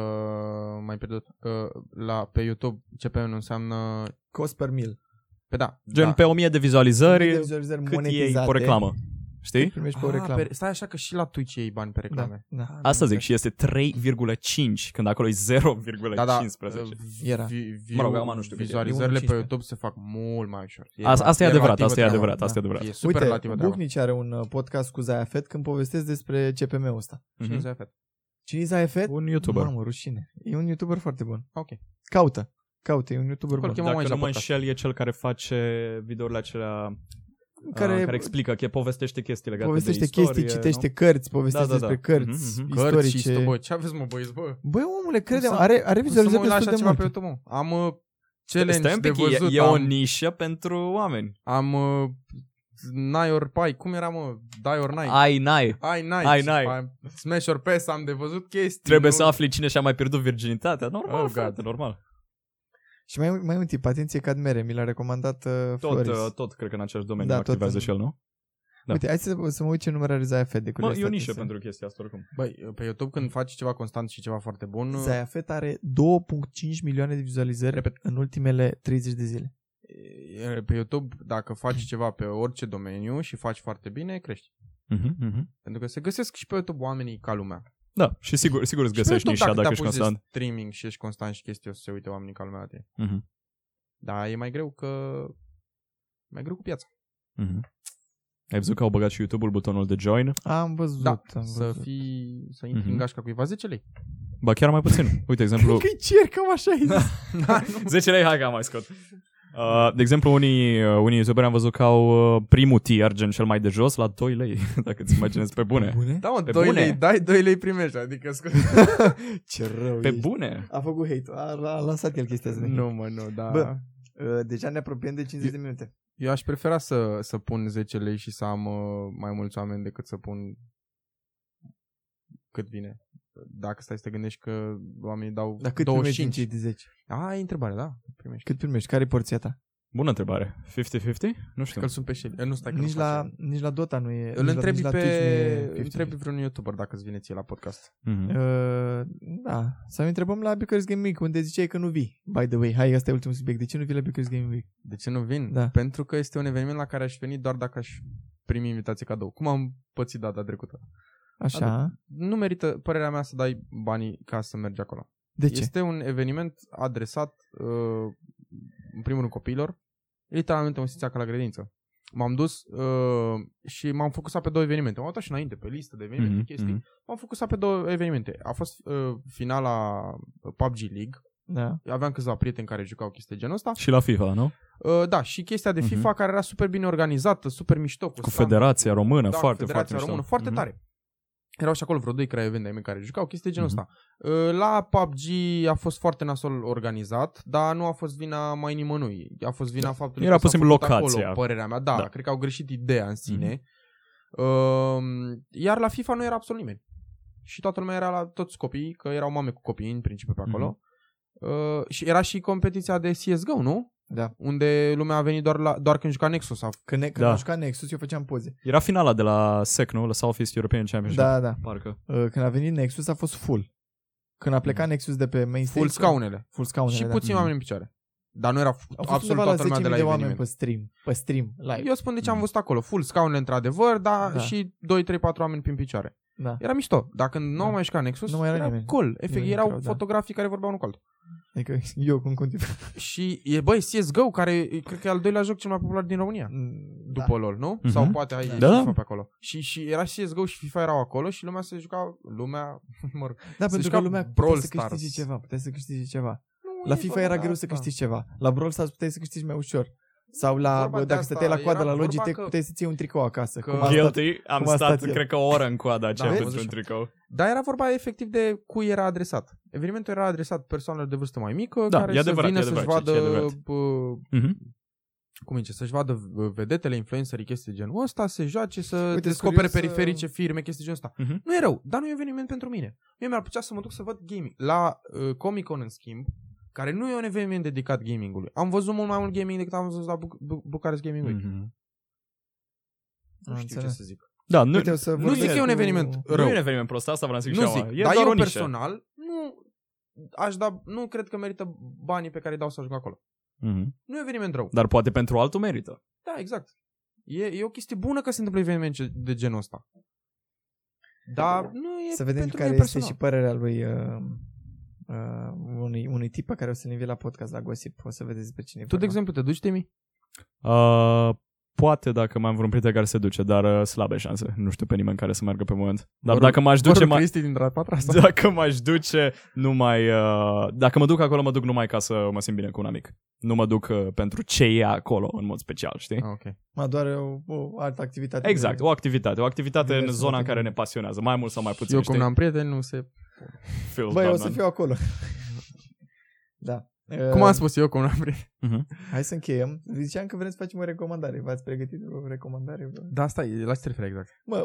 mai pierdut. Uh, La, pe YouTube CPM nu înseamnă...
Cost per mil.
Pe da.
Gen
da.
pe 1000 de vizualizări,
1000 de vizualizări
cât iei
monetizate. Da,
pe reclamă. Știi?
Primești pe o
Ah,
reclamă.
Pe, stai așa că și la Twitch iei bani pe
Da,
reclame.
da.
Asta zic și este 3,5 când acolo e 0,15.
Da, da.
Era.
Vi, vi,
Mă rog, acum nu știu cât e.
Vizualizările pe
1,15.
YouTube se fac mult mai ușor.
Asta- asta e adevărat,
relativă
asta e
treaba.
adevărat, asta e adevărat.
E
Uite,
superlativă treaba.
Buhnici are un uh, podcast cu Zaia Fett când povestesc despre CPM-ul ăsta.
Cine
Mhm.
se află?
Cine e Zaia Fett?
Un YouTuber.
Mamă, rușine. E un YouTuber foarte bun.
Ok.
Caută. Caută, e un YouTuber
Acolo
bun.
chemă- m-am
Dacă
aici la
nu mă
podcast.
înșel, e cel care face videourile acelea care,
Care-
Ah, care explică, că povestește chestii legate
Povestește
de istorie.
chestii, citește
nu?
cărți, povestește
Da, da, da.
despre cărți
Mhm, mhm.
Cărți și
istorice.
isto- bă, ce aveți mă băieți, bă?
Băi, omule, crede
să-
are, are
Nu să mă uit
vizualizări
la
destul
așa
de
ceva pe
multe.
YouTube, mă. Am uh,
Stai
challenge
un
de
pic,
văzut.
e, e o
am-
nișă pentru oameni.
Am uh, Nai or Pai. Cum era, mă? Die or Nai.
Ai, n-ai.
Ai Nai.
Ai, n-ai.
Am- Smash or Pass am de văzut chestii.
Trebuie
nu-
să afli cine și-a mai pierdut virginitatea. Normal,
Oh,
oh,
God.
frate, normal.
Și mai, mai un tip, atenție că admere, mi l-a recomandat uh,
Tot,
Floris.
uh, tot cred că în același domeniu
Da,
da,
tot
activează
în-
și el, nu? da.
Uite, hai să, să mă uit ce număr are Zaia Fett
Mă, e
de
o
curiozitate
nișă
să-
pentru chestia asta oricum.
Băi, pe YouTube când faci ceva constant și ceva foarte bun,
Zaia Fett are 2.5 milioane de vizualizări
Repet.
în ultimele 30 de zile.
e- pe YouTube, dacă faci ceva pe orice domeniu și faci foarte bine, crești. Mhm,
Mm-hmm, mm-hmm.
Pentru că se găsesc și pe YouTube oamenii ca lumea.
Da, și sigur, sigur îți
Și pe
găsești
YouTube,
nișa dacă
te
ești
apuci de
constant.
streaming și ești constant și chestii, o să se uite oamenii ca lumea la tine.
Mhm,
Dar e mai greu că... Mai greu cu piața.
mhm. Ai văzut că au băgat și YouTube-ul butonul de join?
Am văzut,
Da,
am
să
văzut.
fii, să intri
Mhm.
în gașca cuiva 10 lei.
Ba chiar mai puțin. Uite, exemplu,
Că-i cer, cam așa e.
Da.
10 lei, hai că am mai scot. Uh, de exemplu, unii, uh, unii youtuberi am văzut că au uh, primul tier, gen cel mai de jos, la 2 lei, dacă îți imaginezi pe bune.
Bune?
Da, mă,
Pe
2
bune.
lei dai, 2 lei primești, adică scuze.
Ce rău
Pe
ești.
bune!
A făcut hate a, a lansat el chestia asta.
nu, mă, nu, da.
Bă. Uh, Deja ne apropiem de 50 de minute.
Eu aș prefera să, să pun 10 lei și să am uh, mai mulți oameni decât să pun cât vine. Dacă stai să te gândești că oamenii dau
Dar cât primești din
25.
cei de 10?
A, e întrebare, da. Primești.
Cât primești? Care e porția ta?
Bună întrebare. 50-50? Nu știu.
Că îl sunt pe Shelly. Eh, Nu stai că
Nici
nu
la, nici la Dota nu e.
Îl
nici la,
întrebi
nici la
pe,
Twitch nu e 50-50.
întrebi vreun YouTuber dacă îți vine ție la podcast.
Mhm.
Uh, da. Să ne întrebăm la Baker's Game Week, unde ziceai că nu vii. By the way, hai, asta e ultimul subiect. De ce nu vii la Baker's Game Week?
De ce nu vin?
Da.
Pentru că este un eveniment la care aș veni doar dacă aș primi invitație cadou. Cum am pățit data trecută.
Așa.
da. Nu merită, părerea mea, să dai banii ca să mergi acolo.
De ce?
Este un eveniment adresat, uh, în primul rând, copiilor. E literalmente un sițea ca la grădință. M-am dus uh, și m-am focusat pe două evenimente. M-am uitat și înainte pe listă de evenimente, mm-hmm.
Mhm,
chestii.
mm-hmm.
M-am focusat pe două evenimente. A fost uh, finala uh, PUBG League.
Da.
Aveam câțiva prieteni care jucau chestii de genul ăsta.
Și la FIFA, nu?
Uh, da, și chestia de
Mhm.
FIFA care era super bine organizată, super mișto.
Cu
stand-
Federația Română,
da,
foarte,
Federația
foarte mișto.
Română, foarte
Mhm.
tare. Erau și acolo vreo doi creioveni de-ai mei care jucau chestii de genul
Mhm.
ăsta. Uh, La PUBG a fost foarte nasol organizat, dar nu a fost vina mai nimănui. A fost vina faptului
Da. Era
că
pur
s-a
și simplu
făcut
locația.
Acolo, părerea mea, da,
Da. Mhm.
da, cred că au greșit ideea în sine. Uh, Iar la FIFA nu era absolut nimeni. Și toată lumea era la toți copii, că erau mame cu copii în principiu
Mhm.
pe acolo. Uh, și era și competiția de CSGO, nu?
Da.
Unde lumea a venit doar, la, doar când juca Nexus. A
Când, ne, când
Da.
da. am jucat Nexus, eu făceam poze.
Era finala de la SEC, nu? La Southeast European Championship.
Da, da.
Parcă.
Uh, Când a venit Nexus, a fost full. Când a plecat Nexus de pe main
Mm. full
stage,
scaunele.
Full scaunele,
și
da.
puțini oameni în picioare. Dar nu era f-
Au fost
absolut
undeva la
toată
10.000
lumea de
de,
la
de oameni
eveniment.
pe stream, pe stream, live.
Eu spun de ce am
Mm.
văzut acolo. Full scaune într-adevăr, dar
Da.
da. și 2, 3, 4 oameni prin picioare.
Da.
Era mișto. Dacă nu
Da.
da. mai ieșca Nexus,
Nu mai era
era
nimeni.
gol. Efect,
Nimeni nu
erau
intrau, da.
fotografii care vorbeau unul cu altul.
Adică eu cum continuu.
Și e, băi, CSGO, care e, cred că e al doilea joc cel mai popular din România.
Da.
După LOL, nu?
Mhm.
Sau poate ai
Da, da.
FIFA pe acolo. Și, și era și CSGO și FIFA erau acolo și lumea se juca, lumea, mă rog,
Da,
Se
pentru că
juca
lumea
Brawl
putea să
Stars.
câștigi ceva, putea să câștigi ceva.
nu
La
e
FIFA
vorba
era
de
greu să
asta.
câștigi ceva. La Brawl Stars puteai să câștigi mai ușor. Sau la,
Vorba
bă,
de
dacă
asta,
stăteai la coadă
era
la
vorba
Logitech,
că-
puteai să ții un tricou acasă.
că-
Cum a stat,
Guilty, am
cum a
stat,
stat el.
cred că o oră în coada aceea da,
Da, am
pentru
văzut
un
și
tricou.
Dar era vorba efectiv de cui era adresat. Evenimentul era adresat persoanelor de vârstă mai mică,
Da,
care
e
să
adevărat,
vină
e
să-și
adevărat,
vadă,
e adevărat.
bă,
Mhm.
cum e, ce, să-și vadă bă, vedetele, influencerii, chestii de genul ăsta, să joace, să
Uite,
Uite, descopere
curios,
periferice, firme, chestii de genul ăsta.
Mhm.
Nu e rău, dar nu e un eveniment pentru mine. Mie mi-ar plăcea să mă duc să văd gaming. La uh, Comic-Con, în schimb, care nu e un eveniment dedicat gamingului. Am văzut mult mai mult gaming decât am văzut la Buc- Buc- Bucarest Gaming Week.
Mhm.
Nu
Am
știu ce
înțeles.
să zic.
Da, nu,
Uite, o să
Nu
vorbesc
zic că e un
cu-
eveniment
nu
rău.
e un eveniment prost, asta vreau să zic
nu
și
zic,
eu. E
dar
doar
eu
o nișă.
personal nu aș da, nu cred că merită banii pe care îi dau să joc acolo.
Mhm.
Nu e eveniment rău.
Dar poate pentru altul merită.
Da, exact. E, e o chestie bună că se întâmplă evenimente de genul ăsta. Dar nu e
Să vedem
pentru
care
mine
este
personal.
și părerea lui uh, uh, unui, unui tip pe care o să-l invit la podcast la Gossip. O să vedeți pe cine e
Tu, de
vorba.
exemplu, te duci, Temi?
Uh, poate dacă mai am vreun prieten care se duce, dar uh, slabe șanse. Nu știu pe nimeni care să meargă pe moment. Dar
Vă rog-
dacă m-aș duce, mai, Da.
Cristi din patra asta.
dacă m-aș duce, numai... Uh, dacă mă duc acolo, mă duc numai ca să mă simt bine cu un amic. Nu mă duc uh, pentru ce e acolo, în mod special, știi?
Ah, ok.
Mă doar o, o altă activitate.
Exact, o activitate. O activitate în
Diverse
zona în care ne
motive.
pasionează, mai mult sau mai puțin.
Eu
știi?
cum n-am prieteni, nu se...
Feels
Băi,
bad,
o să
man.
fiu acolo. da. Uh,
Cum am spus eu, cum n-am prieteni?
Hai să încheiem. Ziceam că vrem să facem o recomandare. V-ați pregătit o recomandare? Vă-
Da, asta e, la ce te referi exact?
Mă,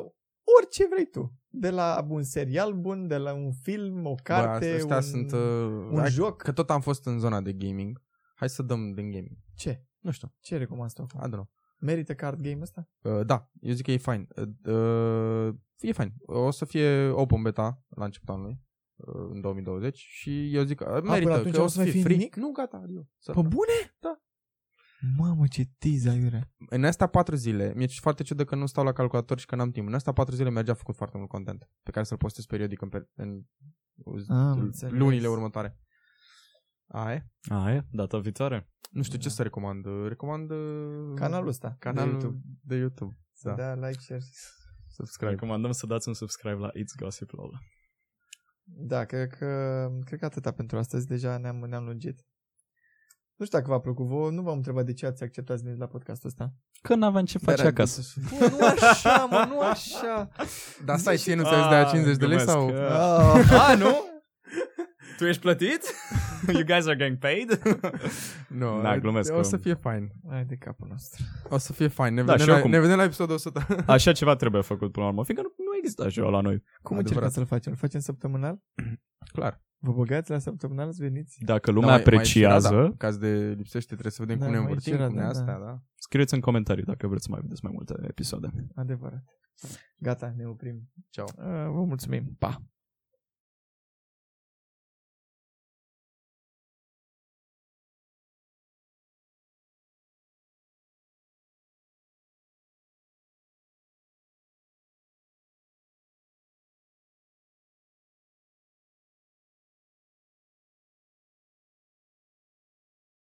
orice vrei tu. De la un serial bun, de la un film, o
Bă,
carte,
ăștia
un...
sunt... Uh,
un
hai-
joc.
Că tot am fost în zona de gaming. Hai să dăm din gaming.
Ce?
Nu știu,
Ce recomanzi tu?
I don't know.
Merită card game ăsta?
Uh, da, eu zic că e fine. Uh, uh, e fine. O să fie open beta la începutul anului, uh, în 2020 și eu zic că uh, merită,
atunci
că
o să mai fie
free.
nimic? Păi
Nu, gata, adio. Să-
Pe bune?
Da.
Mamă, ce tiza, iurea.
În astea patru zile, mi-e foarte ciudă că nu stau la calculator și că n-am timp. În astea patru zile mergea făcut foarte mult content pe care să-l postez periodic în, pe- în
Am
l-
Ah, înțeles.
lunile următoare. Aia e.
A, e? Data viitoare.
Nu știu ce
Da.
să recomand. Recomand uh,
Canalul ăsta.
canalul
De YouTube.
de YouTube.
Da.
Da.
da, like, share.
Subscribe.
Recomandăm să dați un subscribe la It's Gossip LOL.
Da, cred că, cred că atâta pentru astăzi. Deja ne-am, ne-am lungit. Nu știu dacă v-a plăcut vouă, nu v-am întrebat de ce ați acceptat să veniți la podcastul ăsta.
Că n-aveam ce face
Dar-
acasă.
Bă, nu așa, mă, nu așa.
Dar stai,
Zici-
știi, nu ți-ai zis de aia 50 de lei
Deci- Ah, glumesc,
sau...
că-
Ah.
A, nu? tu ești plătit? you guys are getting paid?
Nu,
Da, glumesc,
o
că-
să fie fine.
Hai de capul nostru.
O să fie fain. Ne,
Da,
da, vedem,
și eu
la,
cum.
ne vedem la episodul 100.
Așa ceva trebuie făcut până la urmă, fiindcă nu, nu există așa la noi.
Cum
Adevărat.
încercați să-l facem? Îl facem săptămânal?
Clar.
Vă băgați la săptămânal, îți veniți?
Dacă lumea da,
mai- mai
apreciază,
și da, da. În caz de lipsește, trebuie să vedem
Da,
cum ne
mai
învârtim,
și da,
cum ne
da,
astea,
da.
da.
scrieți în comentarii dacă vreți să mai vedeți mai multe episoade.
Adevărat. Gata, ne oprim.
Ceau.
Uh, Vă mulțumim. Pa!